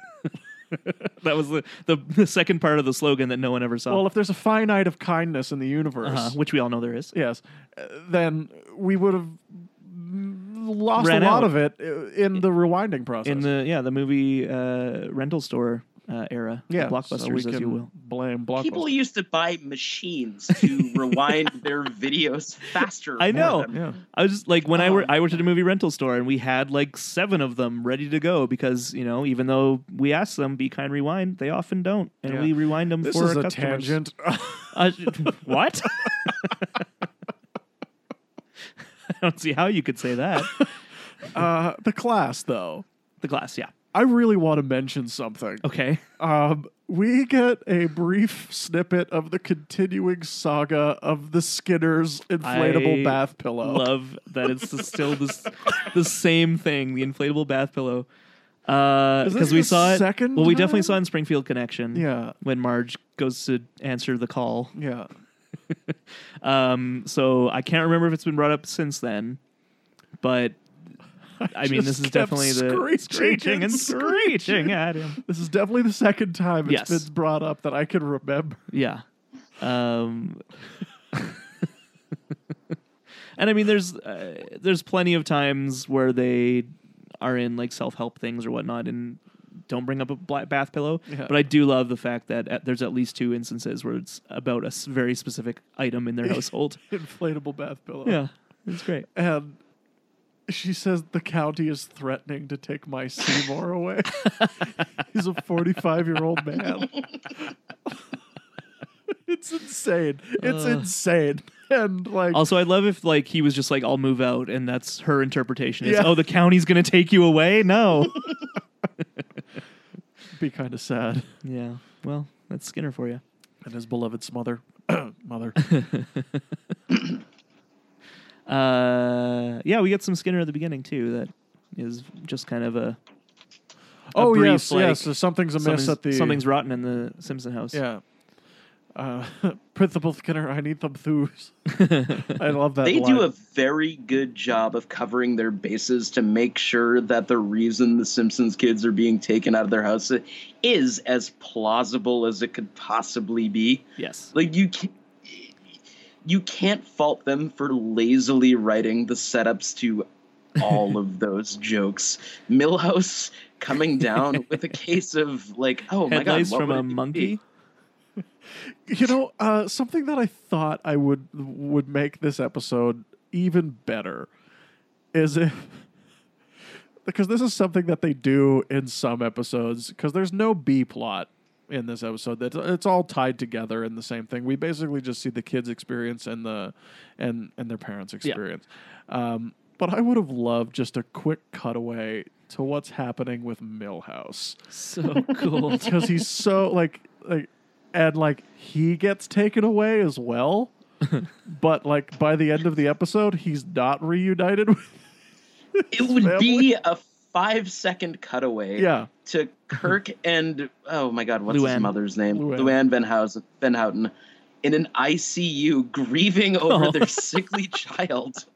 that was the, the the second part of the slogan that no one ever saw,
Well, if there's a finite of kindness in the universe,
uh, which we all know there is.
yes, uh, then we would have lost
Ran
a lot
out.
of it uh, in the rewinding process.
In the yeah, the movie uh, rental store uh, era, the
yeah, so we
blockbusters,
can
if you will.
blame blockbusters.
People used to buy machines to rewind their videos faster.
I
for
know.
them.
yeah.
I was just like when I
Oh.
were I worked at a movie rental store and we had like seven of them ready to go because you know even though we asked them be kind rewind they often don't and
Yeah.
we rewind them
This
for
is a
our customers.
tangent.
Uh, what? I don't see how you could say that.
uh, the class, though,
The glass, yeah.
I really want to mention something.
Okay.
Um, we get a brief snippet of the continuing saga of the Skinner's inflatable
I
bath pillow.
Love that it's the- still the, s- the same thing, the inflatable bath pillow. Because
Is this
we
the
saw it.
second
well, we definitely
time?
saw it in Springfield Connection.
Yeah.
When Marge goes to answer the call.
yeah.
Um, so I can't remember if it's been brought up since then, but I, mean, this
just
is
kept
definitely the
screeching and
and screeching at him.
This is definitely the second time it's
Yes.
been brought up that I can remember.
Yeah. Um, and I mean, there's uh, there's plenty of times where they are in like self help things or whatnot, and don't bring up a black bath pillow.
Yeah.
But I do love the fact that at, there's at least two instances where it's about a s- very specific item in their household.
Inflatable bath pillow.
yeah, it's great.
And she says the county is threatening to take my Seymour away. He's a 45 year old man. it's insane. It's
Uh.
insane. And like,
Also, I'd love if like he was just like, "I'll move out," and that's her interpretation. Is,
Yeah.
Oh, the county's gonna take you away? No.
be kind of sad.
yeah. Well, that's Skinner for you.
And his beloved smother, mother.
Uh, yeah, we get some Skinner at the beginning too. That is just kind of a
oh
brief,
yes,
like,
yes. So something's amiss
something's,
at the
something's rotten in the Simpson house.
Yeah. Uh, Principal Skinner, I need them throughs. I love that.
They
line.
do a very good job of covering their bases to make sure that the reason the Simpsons kids are being taken out of their house is as plausible as it could possibly be.
Yes.
Like you can you can't fault them for lazily writing the setups to all of those jokes. Millhouse coming down with a case of like, oh my god,
Headlights
what
from
would
a
it be?
monkey.
You know, uh, something that I thought I would would make this episode even better is if because this is something that they do in some episodes because there's no B plot in this episode that it's all tied together in the same thing. We basically just see the kids' experience and the and and their parents' experience. Um, but I would have loved just a quick cutaway to what's happening with Millhouse
So cool.
because he's so like like and like he gets taken away as well but like by the end of the episode he's not reunited with
It would
family.
be a five second cutaway.
yeah
to Kirk and oh my god, what's
Luann.
his mother's name?
Luann.
Luann Van Housen, Van Houten in an ICU grieving over
Oh.
their sickly child.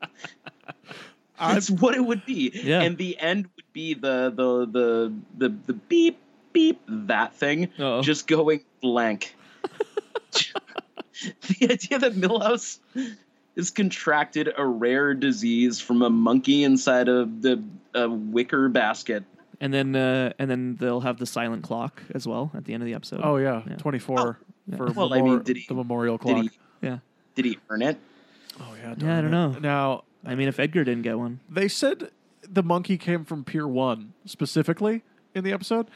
I'm-
That's what it would be.
Yeah.
And the end would be the the the the, the beep beep that thing
Oh.
just going blank. the idea that Millhouse is contracted a rare disease from a monkey inside of the a wicker basket.
and then uh, and then they'll have the silent clock as well at the end of the episode.
oh yeah,
Yeah.
24
Yeah.
for
Oh. Well, I mean,
memor-
did he-
the memorial clock
Did he,
Yeah.
did he earn it?
oh yeah
Yeah, I
darn
don't
it.
know.
now
I mean, if Edgar didn't get one,
they said the monkey came from pier 1 specifically in the episode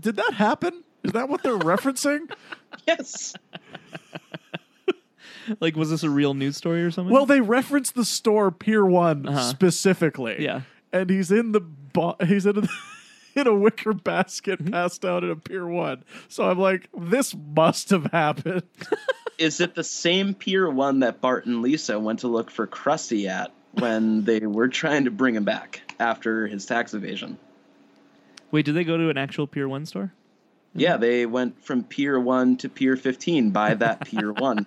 did that happen is that what they're referencing
Yes.
like, was this a real news story or something?
Well, they reference the store Pier One
Uh-huh.
specifically.
Yeah.
and he's in the bo- he's in a, in a wicker
Mm-hmm.
basket passed out in a Pier One. So I'm like, this must have happened.
Is it the same pier one that Bart and Lisa went to look for Krusty at when they were trying to bring him back after his tax evasion?
wait, did they go to an actual Pier One store? Mm-hmm.
Yeah, they went from pier one to pier 15 by that pier one.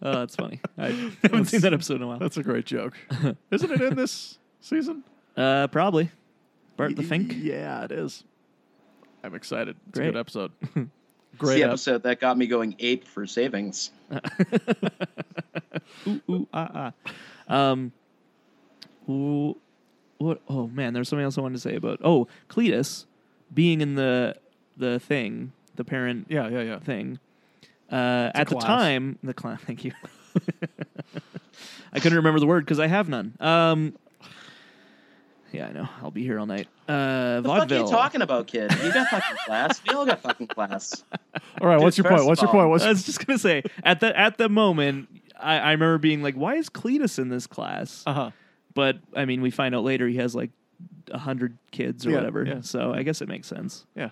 Oh, that's funny. I haven't seen that episode in a while.
That's a great joke, isn't it? In this season,
Uh, probably. Bart the Fink.
Yeah, it is. I'm excited. It's a
Great.
good episode.
It's
Great
the
ep-
episode that got me going ape for savings.
ooh, ooh, ah, ah. Um, ooh, what? Oh man, there's something else I wanted to say about. Oh, Cletus being in the the thing, the parent
Yeah, yeah, yeah.
thing. Uh, at the
class.
time, the class. Thank you. I couldn't remember the word because I have none. Um, yeah, I know. I'll be here all night. Uh,
What the fuck are
vaudeville.
you talking about, kid? You got fucking class. We all got fucking class.
All right, what's your
Dude,
point?
first
What's
of
your point?
all,
What's
I was just gonna say at the at the moment, I, I remember being like, "Why is Cletus in this class?"
uh huh?
But I mean, we find out later he has like a hundred kids or
Yeah,
whatever.
yeah.
So I guess it makes sense.
Yeah.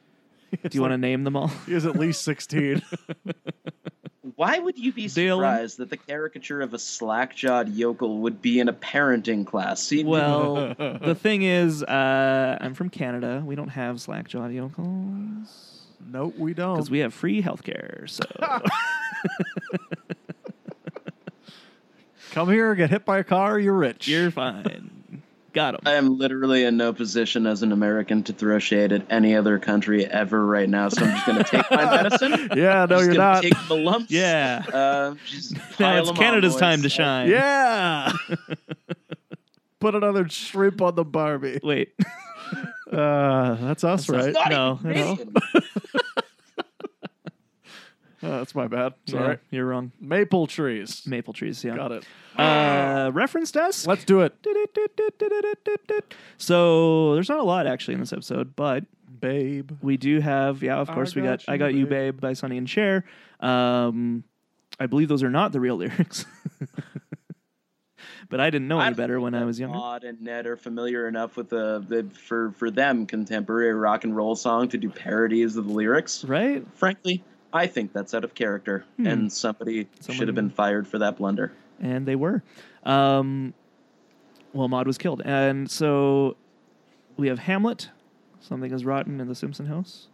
Do you want to name them all?
He is at least 16.
Why would you be
Dylan?
surprised that the caricature of a slack-jawed yokel would be in a parenting class? See,
Well, the thing is, uh, I'm from Canada. We don't have slack-jawed yokels
nope, we don't.
because we have free healthcare. So
Come here, get hit by a car, you're rich.
you're fine. Got him.
I am literally in no position as an American to throw shade at any other country ever right now, so I'm just going to take my medicine.
yeah, no,
just
you're
gonna
not.
Take the lumps.
Yeah.
Uh, just
Now
pile
it's
'em on,
Canada's
boys.
time to shine.
Yeah. Put another shrimp on the Barbie.
Wait.
Uh, that's us, right?
Not
No,
even
no.
Canadian.
Uh, that's my bad.
No,
Sorry.
you're wrong.
Maple trees.
Maple trees. Yeah.
Got it.
Uh, reference desk.
Let's do it.
So there's not a lot actually in this episode, but
Babe.
we do have yeah. Of
I
course, we
got
got
you,
"I Got You,
babe.
Babe" by Sonny and Cher. Um, I believe those are not the real lyrics, but I didn't know
I
any
don't
better
think
when I
that
was younger.
Todd and Ned are familiar enough with the, the for for them contemporary rock and roll song to do parodies of the lyrics.
Right?
Frankly, I think that's out of character,
Hmm.
and somebody
Someone-
should have been fired for that blunder.
And they were. Um, well, Maud was killed, and so we have Hamlet. Something is rotten in the Simpson house.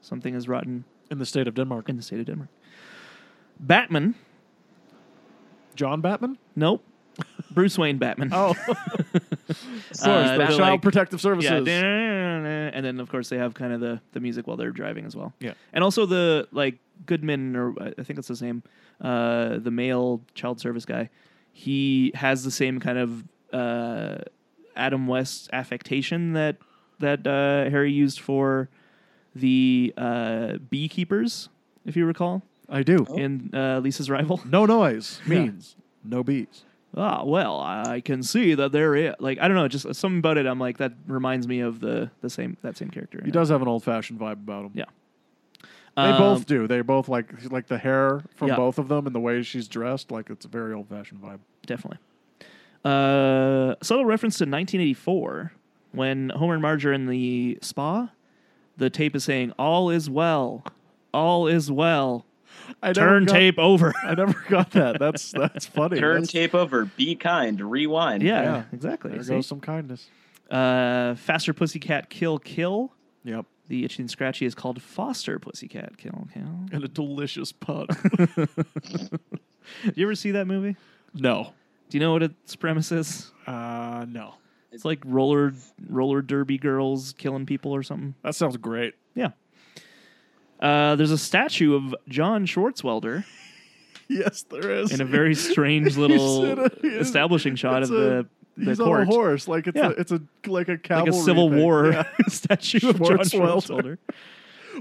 Something is rotten
In the state of Denmark.
in the state of Denmark. Batman.
John Batman?
Nope. Bruce Wayne Batman.
Oh. Sorry,
Uh,
the
they're
Child
like-
Protective
yeah.
Services.
And then of course they have kind of the, the music while they're driving as well.
Yeah.
And also the like Goodman or I I think it's his name, uh, the male child service guy. He has the same kind of uh, Adam West affectation that that uh, Harry used for the uh, beekeepers, if you recall,
I do.
in uh, Lisa's rival.
No noise means no bees.
ah, well, I can see that there is like I don't know, just something about it. I'm like that reminds me of the the same that same character.
He does have an old fashioned vibe about him.
Yeah.
They both do. They both like like the hair from
Yeah.
both of them and the way she's dressed. Like it's a very old fashioned vibe.
definitely. Uh, subtle reference to 1984 when Homer and Marge are in the spa. The tape is saying "All is well, all is well."
I never
Turn
got-
tape over.
I never got that. That's that's funny.
Turn
That's-
tape over. Be kind. Rewind.
yeah,
Yeah.
exactly.
There
see?
goes some kindness.
Uh, faster pussycat kill kill.
Yep.
The itchy and scratchy is called Foster Pussycat Kill Kill.
And a delicious pun.
Do you ever see that movie?
no.
Do you know what its premise is?
Uh no.
It's like roller roller derby girls killing people or something.
That sounds great.
Yeah. Uh, there's a statue of John Schwartzwelder
Yes, there is.
in a very strange
in
little
a- he is-
establishing shot
it's
of
a-
the the
He's
court,
on a horse. Like it's
Yeah.
a, it's a like a
like
cavalry
a Civil
thing.
War
Yeah.
statue of John
Schwartzwelder.
Schwartzwelder.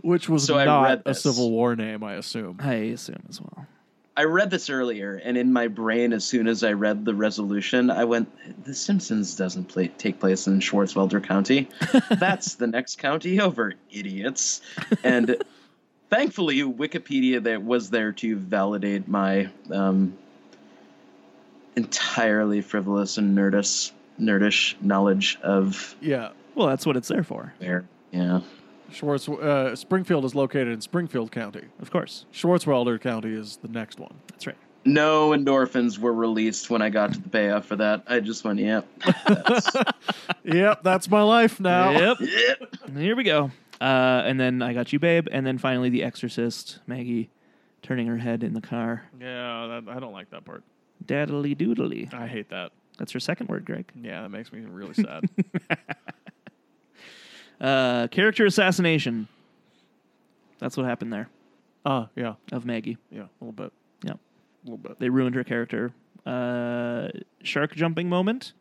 which was
So I
not
read
a
this.
Civil War name, I assume.
I assume as well.
I read this earlier, and in my brain, as soon as I read the resolution, I went, "The Simpsons doesn't play, take place in Schwarzwelder County. That's the next county over, idiots." And thankfully, Wikipedia that was there to validate my um, entirely frivolous and nerdish, nerdish knowledge of
Yeah.
Well, that's what it's there for,
where. Yeah,
Schwartz uh, Springfield is located in Springfield County.
of course.
Schwartzwelder County is the next one.
That's right.
no endorphins were released when I got to the payoff for that. I just went, "Yep." that's-
yep, that's my life now.
Yep. Here we go. Uh, and then I got you, babe. And then finally, The Exorcist, Maggie turning her head in the car.
Yeah, that, I don't like that part.
Daddly doodly.
I hate that.
That's her second word, Greg.
Yeah, that makes me really sad.
Uh, character assassination. That's what happened there
uh, yeah,
of Maggie.
yeah, a little bit.
Yep.
A little bit.
They ruined her character. Uh, shark jumping moment.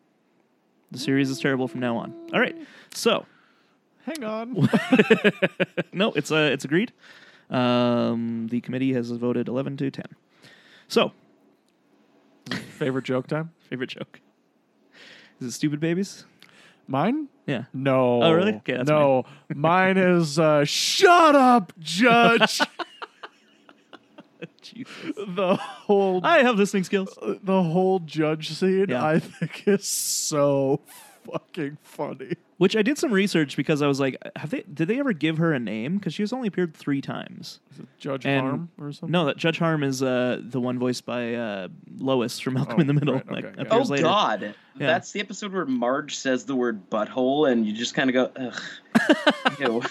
The series is terrible from now on. All right. So,
Hang on.
no, it's uh, it's agreed. Um, the committee has voted 11 to 10. So,
Favorite joke time?
favorite joke. Is it stupid babies?
Mine?
Yeah.
No.
Oh, really? Okay, that's
no. Mine is uh, shut up, judge.
Jesus.
the whole
I have listening skills.
the whole judge scene
Yeah.
I think is so fucking funny.
Which I did some research because I was like, have they? Did they ever give her a name? Because she has only appeared three times.
Judge
And-
Harm or
Oh.
something?
No, that Judge Harm is uh, the one voiced by uh, Lois from Malcolm
Oh,
in the Middle.
right,
like,
okay, yeah.
appears
Oh
later.
God, that's the episode where Marge says the word butthole, and you just kind of go, ugh, Ew.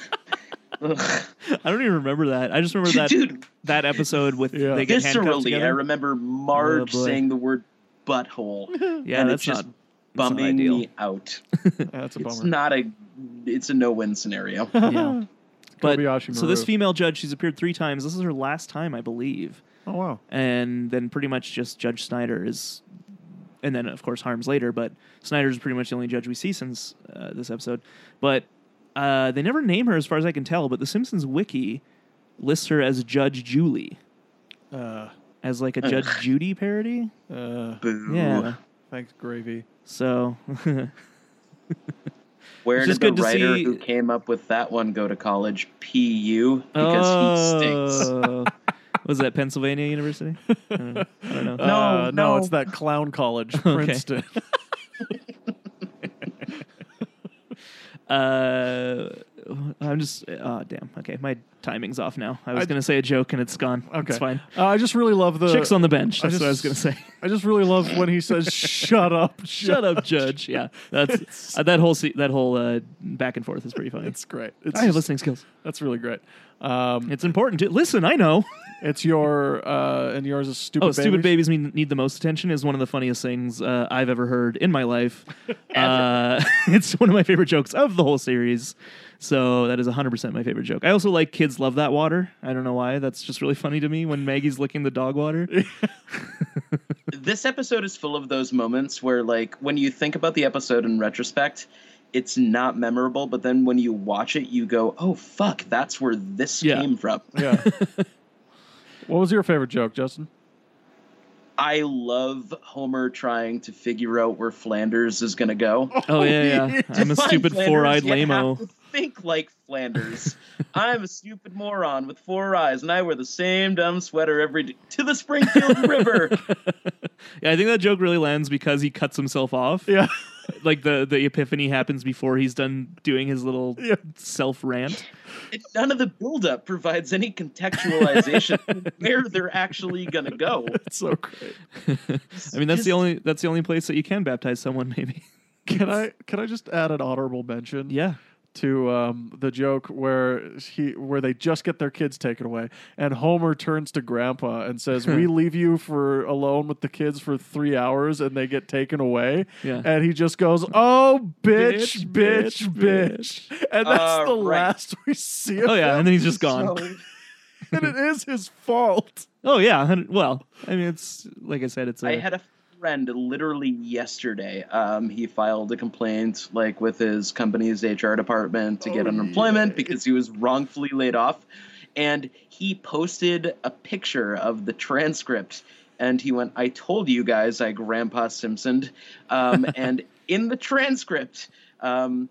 Ugh.
I don't even remember that. I just remember that
dude.
that episode with
Yeah.
they get handcuffed
Viscerally, I
together.
remember Marge
Oh, boy.
saying the word butthole,
Yeah,
and
that's
it's just
not that's not
bumming
ideal.
me out.
That's a
It's
bummer.
not a, it's a no-win scenario.
yeah. But
Kobayashi
so this
Maru.
female judge, she's appeared three times. This is her last time, I believe.
oh wow.
And then pretty much just Judge Snyder is, and then of course Harms later. But Snyder's pretty much the only judge we see since uh, this episode. But uh, they never name her, as far as I can tell. But the Simpsons wiki lists her as Judge Julie,
Uh,
as like a Judge Judy parody.
uh,
Boo.
Yeah.
thanks, gravy.
So
Where
It's
did
just
the
good to
writer
see-
who came up with that one go to college? PU because he stinks.
Oh. was that Pennsylvania University? Uh, I don't know. I don't know.
No, Uh, no, it's that clown college, Princeton.
Uh, I'm just. Oh, damn. Okay, my timing's off now. I was
I-
gonna say a joke and it's gone.
Okay,
it's fine.
Uh, I just really love the
Chicks on the bench.
I
That's what I was gonna
just-
say.
I just really love when he says, "Shut up,
Shut up, Judge. Yeah, that's uh, that whole se- that whole uh, back and forth is pretty funny.
It's great. It's
I have
just-
listening skills.
That's really great. Um,
It's important to listen. I know.
it's your uh, and yours is stupid.
Oh, stupid
babies.
babies mean, need the most attention is one of the funniest things uh, I've ever heard in my life. uh, it's one of my favorite jokes of the whole series. So that is 100% my favorite joke. I also like kids love that water. I don't know why. That's just really funny to me when Maggie's licking the dog water.
Oh,
this episode is full of those moments where like when you think about the episode in retrospect it's not memorable but then when you watch it you go oh fuck that's where this
Yeah.
came from
Yeah. what was your favorite joke, Justin?
i love homer trying to figure out where flanders is going to go
Oh, yeah, yeah.
To
I'm a
find
stupid
Flanders,
four eyed
you have
lamo.
to think like flanders i'm a stupid moron with four eyes and i wear the same dumb sweater every day to the springfield river
Yeah, I think that joke really lands because he cuts himself off.
Yeah.
Like the, the epiphany happens before he's done doing his little
Yeah.
self rant.
And none of the buildup provides any contextualization to where they're actually going to go.
It's so great.
I mean, that's the only that's the only place that you can baptize someone, maybe.
Can I can I just add an honorable mention?
Yeah.
to um, the joke where he where they just get their kids taken away, and Homer turns to Grandpa and says, "We leave you for alone with the kids for three hours, and they get taken away."
Yeah.
And he just goes, "Oh, bitch,
Bitch,
bitch, bitch,",
bitch."
and that's
Uh,
the
right.
last we see of
Oh yeah,
him,
and then he's just gone.
So,
and it is his fault.
oh yeah, hun- well, I mean it's like I said, it's a
I had a friend literally yesterday. Um, he filed a complaint like with his company's HR department to get
Oh,
unemployment
yay.
because he was wrongfully laid off, and he posted a picture of the transcript. And he went, "I told you guys, I Grandpa Simpsoned," um, and in the transcript. Um,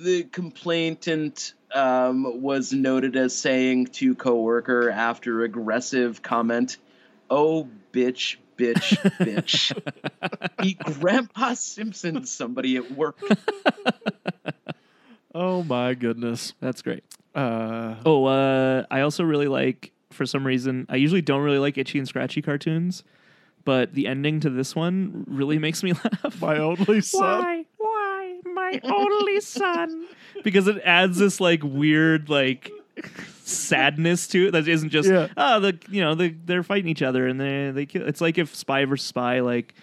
the complainant um, was noted as saying to coworker after aggressive comment, "Oh, bitch, bitch, bitch." he Grandpa Simpson somebody at work.
Oh my goodness.
that's great.
Uh,
Oh, uh I also really like for some reason I usually don't really like itchy and scratchy cartoons, but the ending to this one really makes me laugh.
my only son.
Why? My only son. Because it adds this like weird like sadness to it that isn't just
Yeah.
oh the you know the, they're fighting each other and they they kill. It's like if spy versus spy like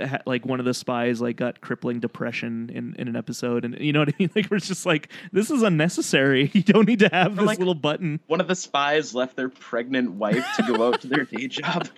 uh, ha- like one of the spies like got crippling depression in, in an episode and you know what I mean like we're just like this is unnecessary you don't need to have this
like-
little button
One of the spies left their pregnant wife to go out to their day job.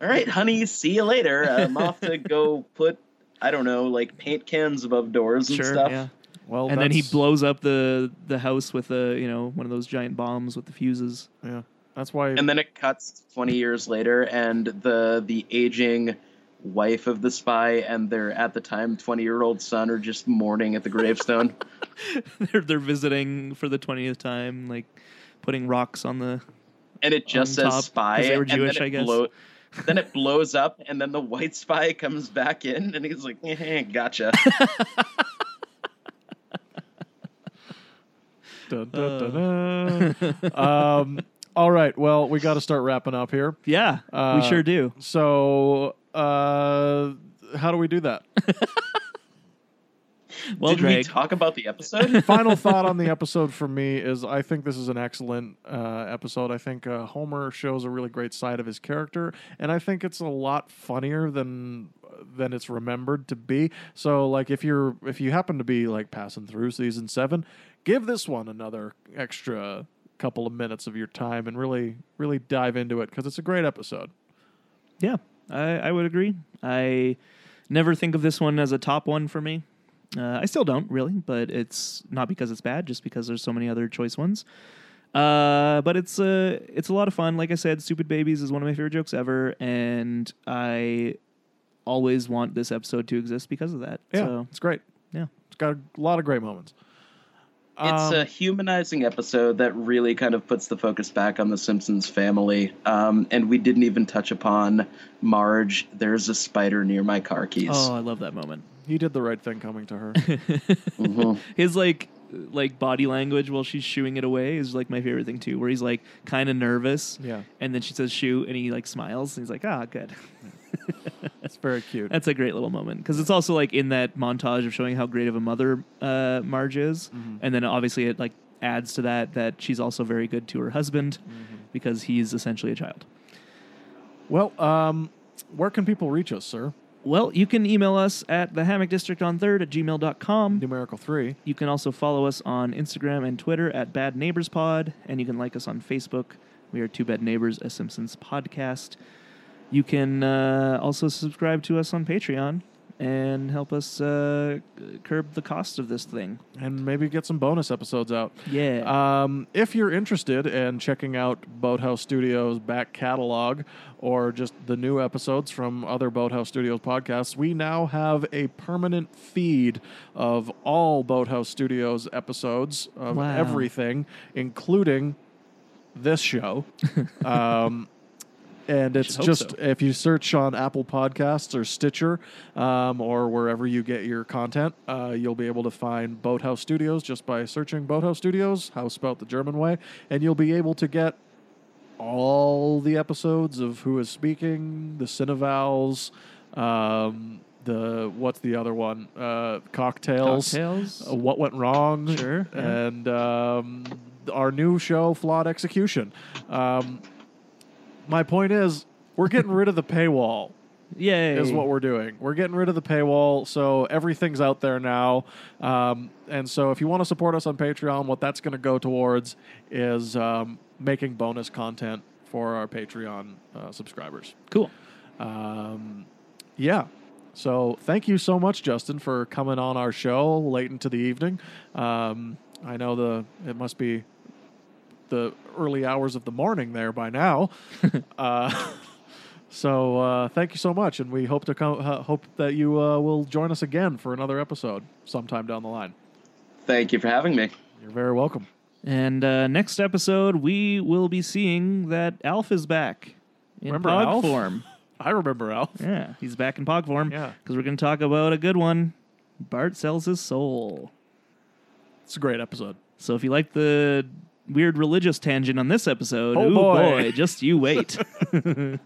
All right, honey, see you later. I'm off to go put. I don't know, like paint cans above doors and
sure
stuff.
yeah
Well,
and then he
that's-
blows up the the house with a you know one of those giant bombs with the fuses
Yeah, that's why.
and then it cuts 20 years later and the the aging wife of the spy and their at the time 20 year old son are just mourning at the gravestone
they're they're visiting for the twentieth time, like putting rocks on the.
and it just
On
says
top,
spy
'cause they were
and then
Jewish,
it
I guess.
blow- then it blows up, and then the white spy comes back in, and he's like, "Eh, "Gotcha."
Dun, dun, dun, dun. um, all right. Well, we got to start wrapping up here.
Yeah,
Uh,
we sure do.
So, uh, how do we do that?
Well,
Did we
Greg,
talk about the episode?
Final thought on the episode for me is I think this is an excellent uh, episode. I think uh, Homer shows a really great side of his character, and I think it's a lot funnier than than it's remembered to be. So, like, if you're if you happen to be like passing through season seven, give this one another extra couple of minutes of your time and really really dive into it because it's a great episode.
yeah, I, I would agree. I never think of this one as a top one for me. Uh, I still don't really, but it's not because it's bad, just because there's so many other choice ones. Uh, but it's uh, it's a lot of fun. Like I said, "Stupid Babies" is one of my favorite jokes ever, and I always want this episode to exist because of that.
Yeah,
So,
it's great.
yeah.
It's got a lot of great moments.
It's a humanizing episode that really kind of puts the focus back on the Simpsons family. Um, and we didn't even touch upon Marge. There's a spider near my car keys.
Oh, I love that moment.
He did the right thing coming to her.
Mhm.
His like like body language while she's shooing it away is like my favorite thing too, where he's like kind of nervous.
Yeah.
And then she says shoot, and he like smiles, and he's like, ah, good.
It's very cute.
That's a great little moment because it's also like in that montage of showing how great of a mother uh, Marge is, and then obviously it like adds to that that she's also very good to her husband because he's essentially a child.
Well, um, where can people reach us, sir?
Well, you can email us at the hammock district on third at gmail.com.
Numerical three.
You can also follow us on Instagram and Twitter at Bad Neighbors Pod, and you can like us on Facebook. We are Two Bad Neighbors, a Simpsons podcast. You can uh, also subscribe to us on Patreon and help us uh, c- curb the cost of this thing.
and maybe get some bonus episodes out.
Yeah.
Um, if you're interested in checking out Boathouse Studios' back catalog or just the new episodes from other Boathouse Studios podcasts, we now have a permanent feed of all Boathouse Studios episodes of
Wow.
everything, including this show. um, and it's
hope
just
so.
if you search on Apple Podcasts or Stitcher um, or wherever you get your content, uh, you'll be able to find Boathouse Studios just by searching Boathouse Studios, how spelt the German way, and you'll be able to get all the episodes of Who Is Speaking, the Cinevals, um, the what's the other one, uh, Cocktails,
Cocktails.
uh, What Went Wrong,
Sure, yeah.
and um, our new show, Flawed Execution. Um, my point is, we're getting rid of the paywall
Yay.
is what we're doing. We're getting rid of the paywall, so everything's out there now. Um, and so, if you want to support us on Patreon, what that's going to go towards is um, making bonus content for our Patreon uh, subscribers.
cool.
Um, yeah. So, thank you so much, Justin, for coming on our show late into the evening. Um, I know the it must be the early hours of the morning there by now. uh, so uh, thank you so much, and we hope to come, uh, hope that you uh, will join us again for another episode sometime down the line.
Thank you for having me.
You're very welcome.
And uh, next episode, we will be seeing that Alf is back in
Remember
Pog
Alf?
form.
I remember Al.
Yeah, he's back in Pog form.
Yeah.
Because we're going to talk about a good one Bart sells his soul.
It's a great episode.
So if you like the weird religious tangent on this episode,
Oh,
ooh
boy.
just you wait.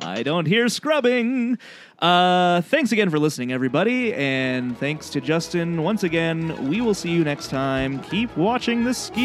I don't hear scrubbing. Uh, thanks again for listening, everybody, and thanks to Justin once again. We will see you next time. Keep watching the skis.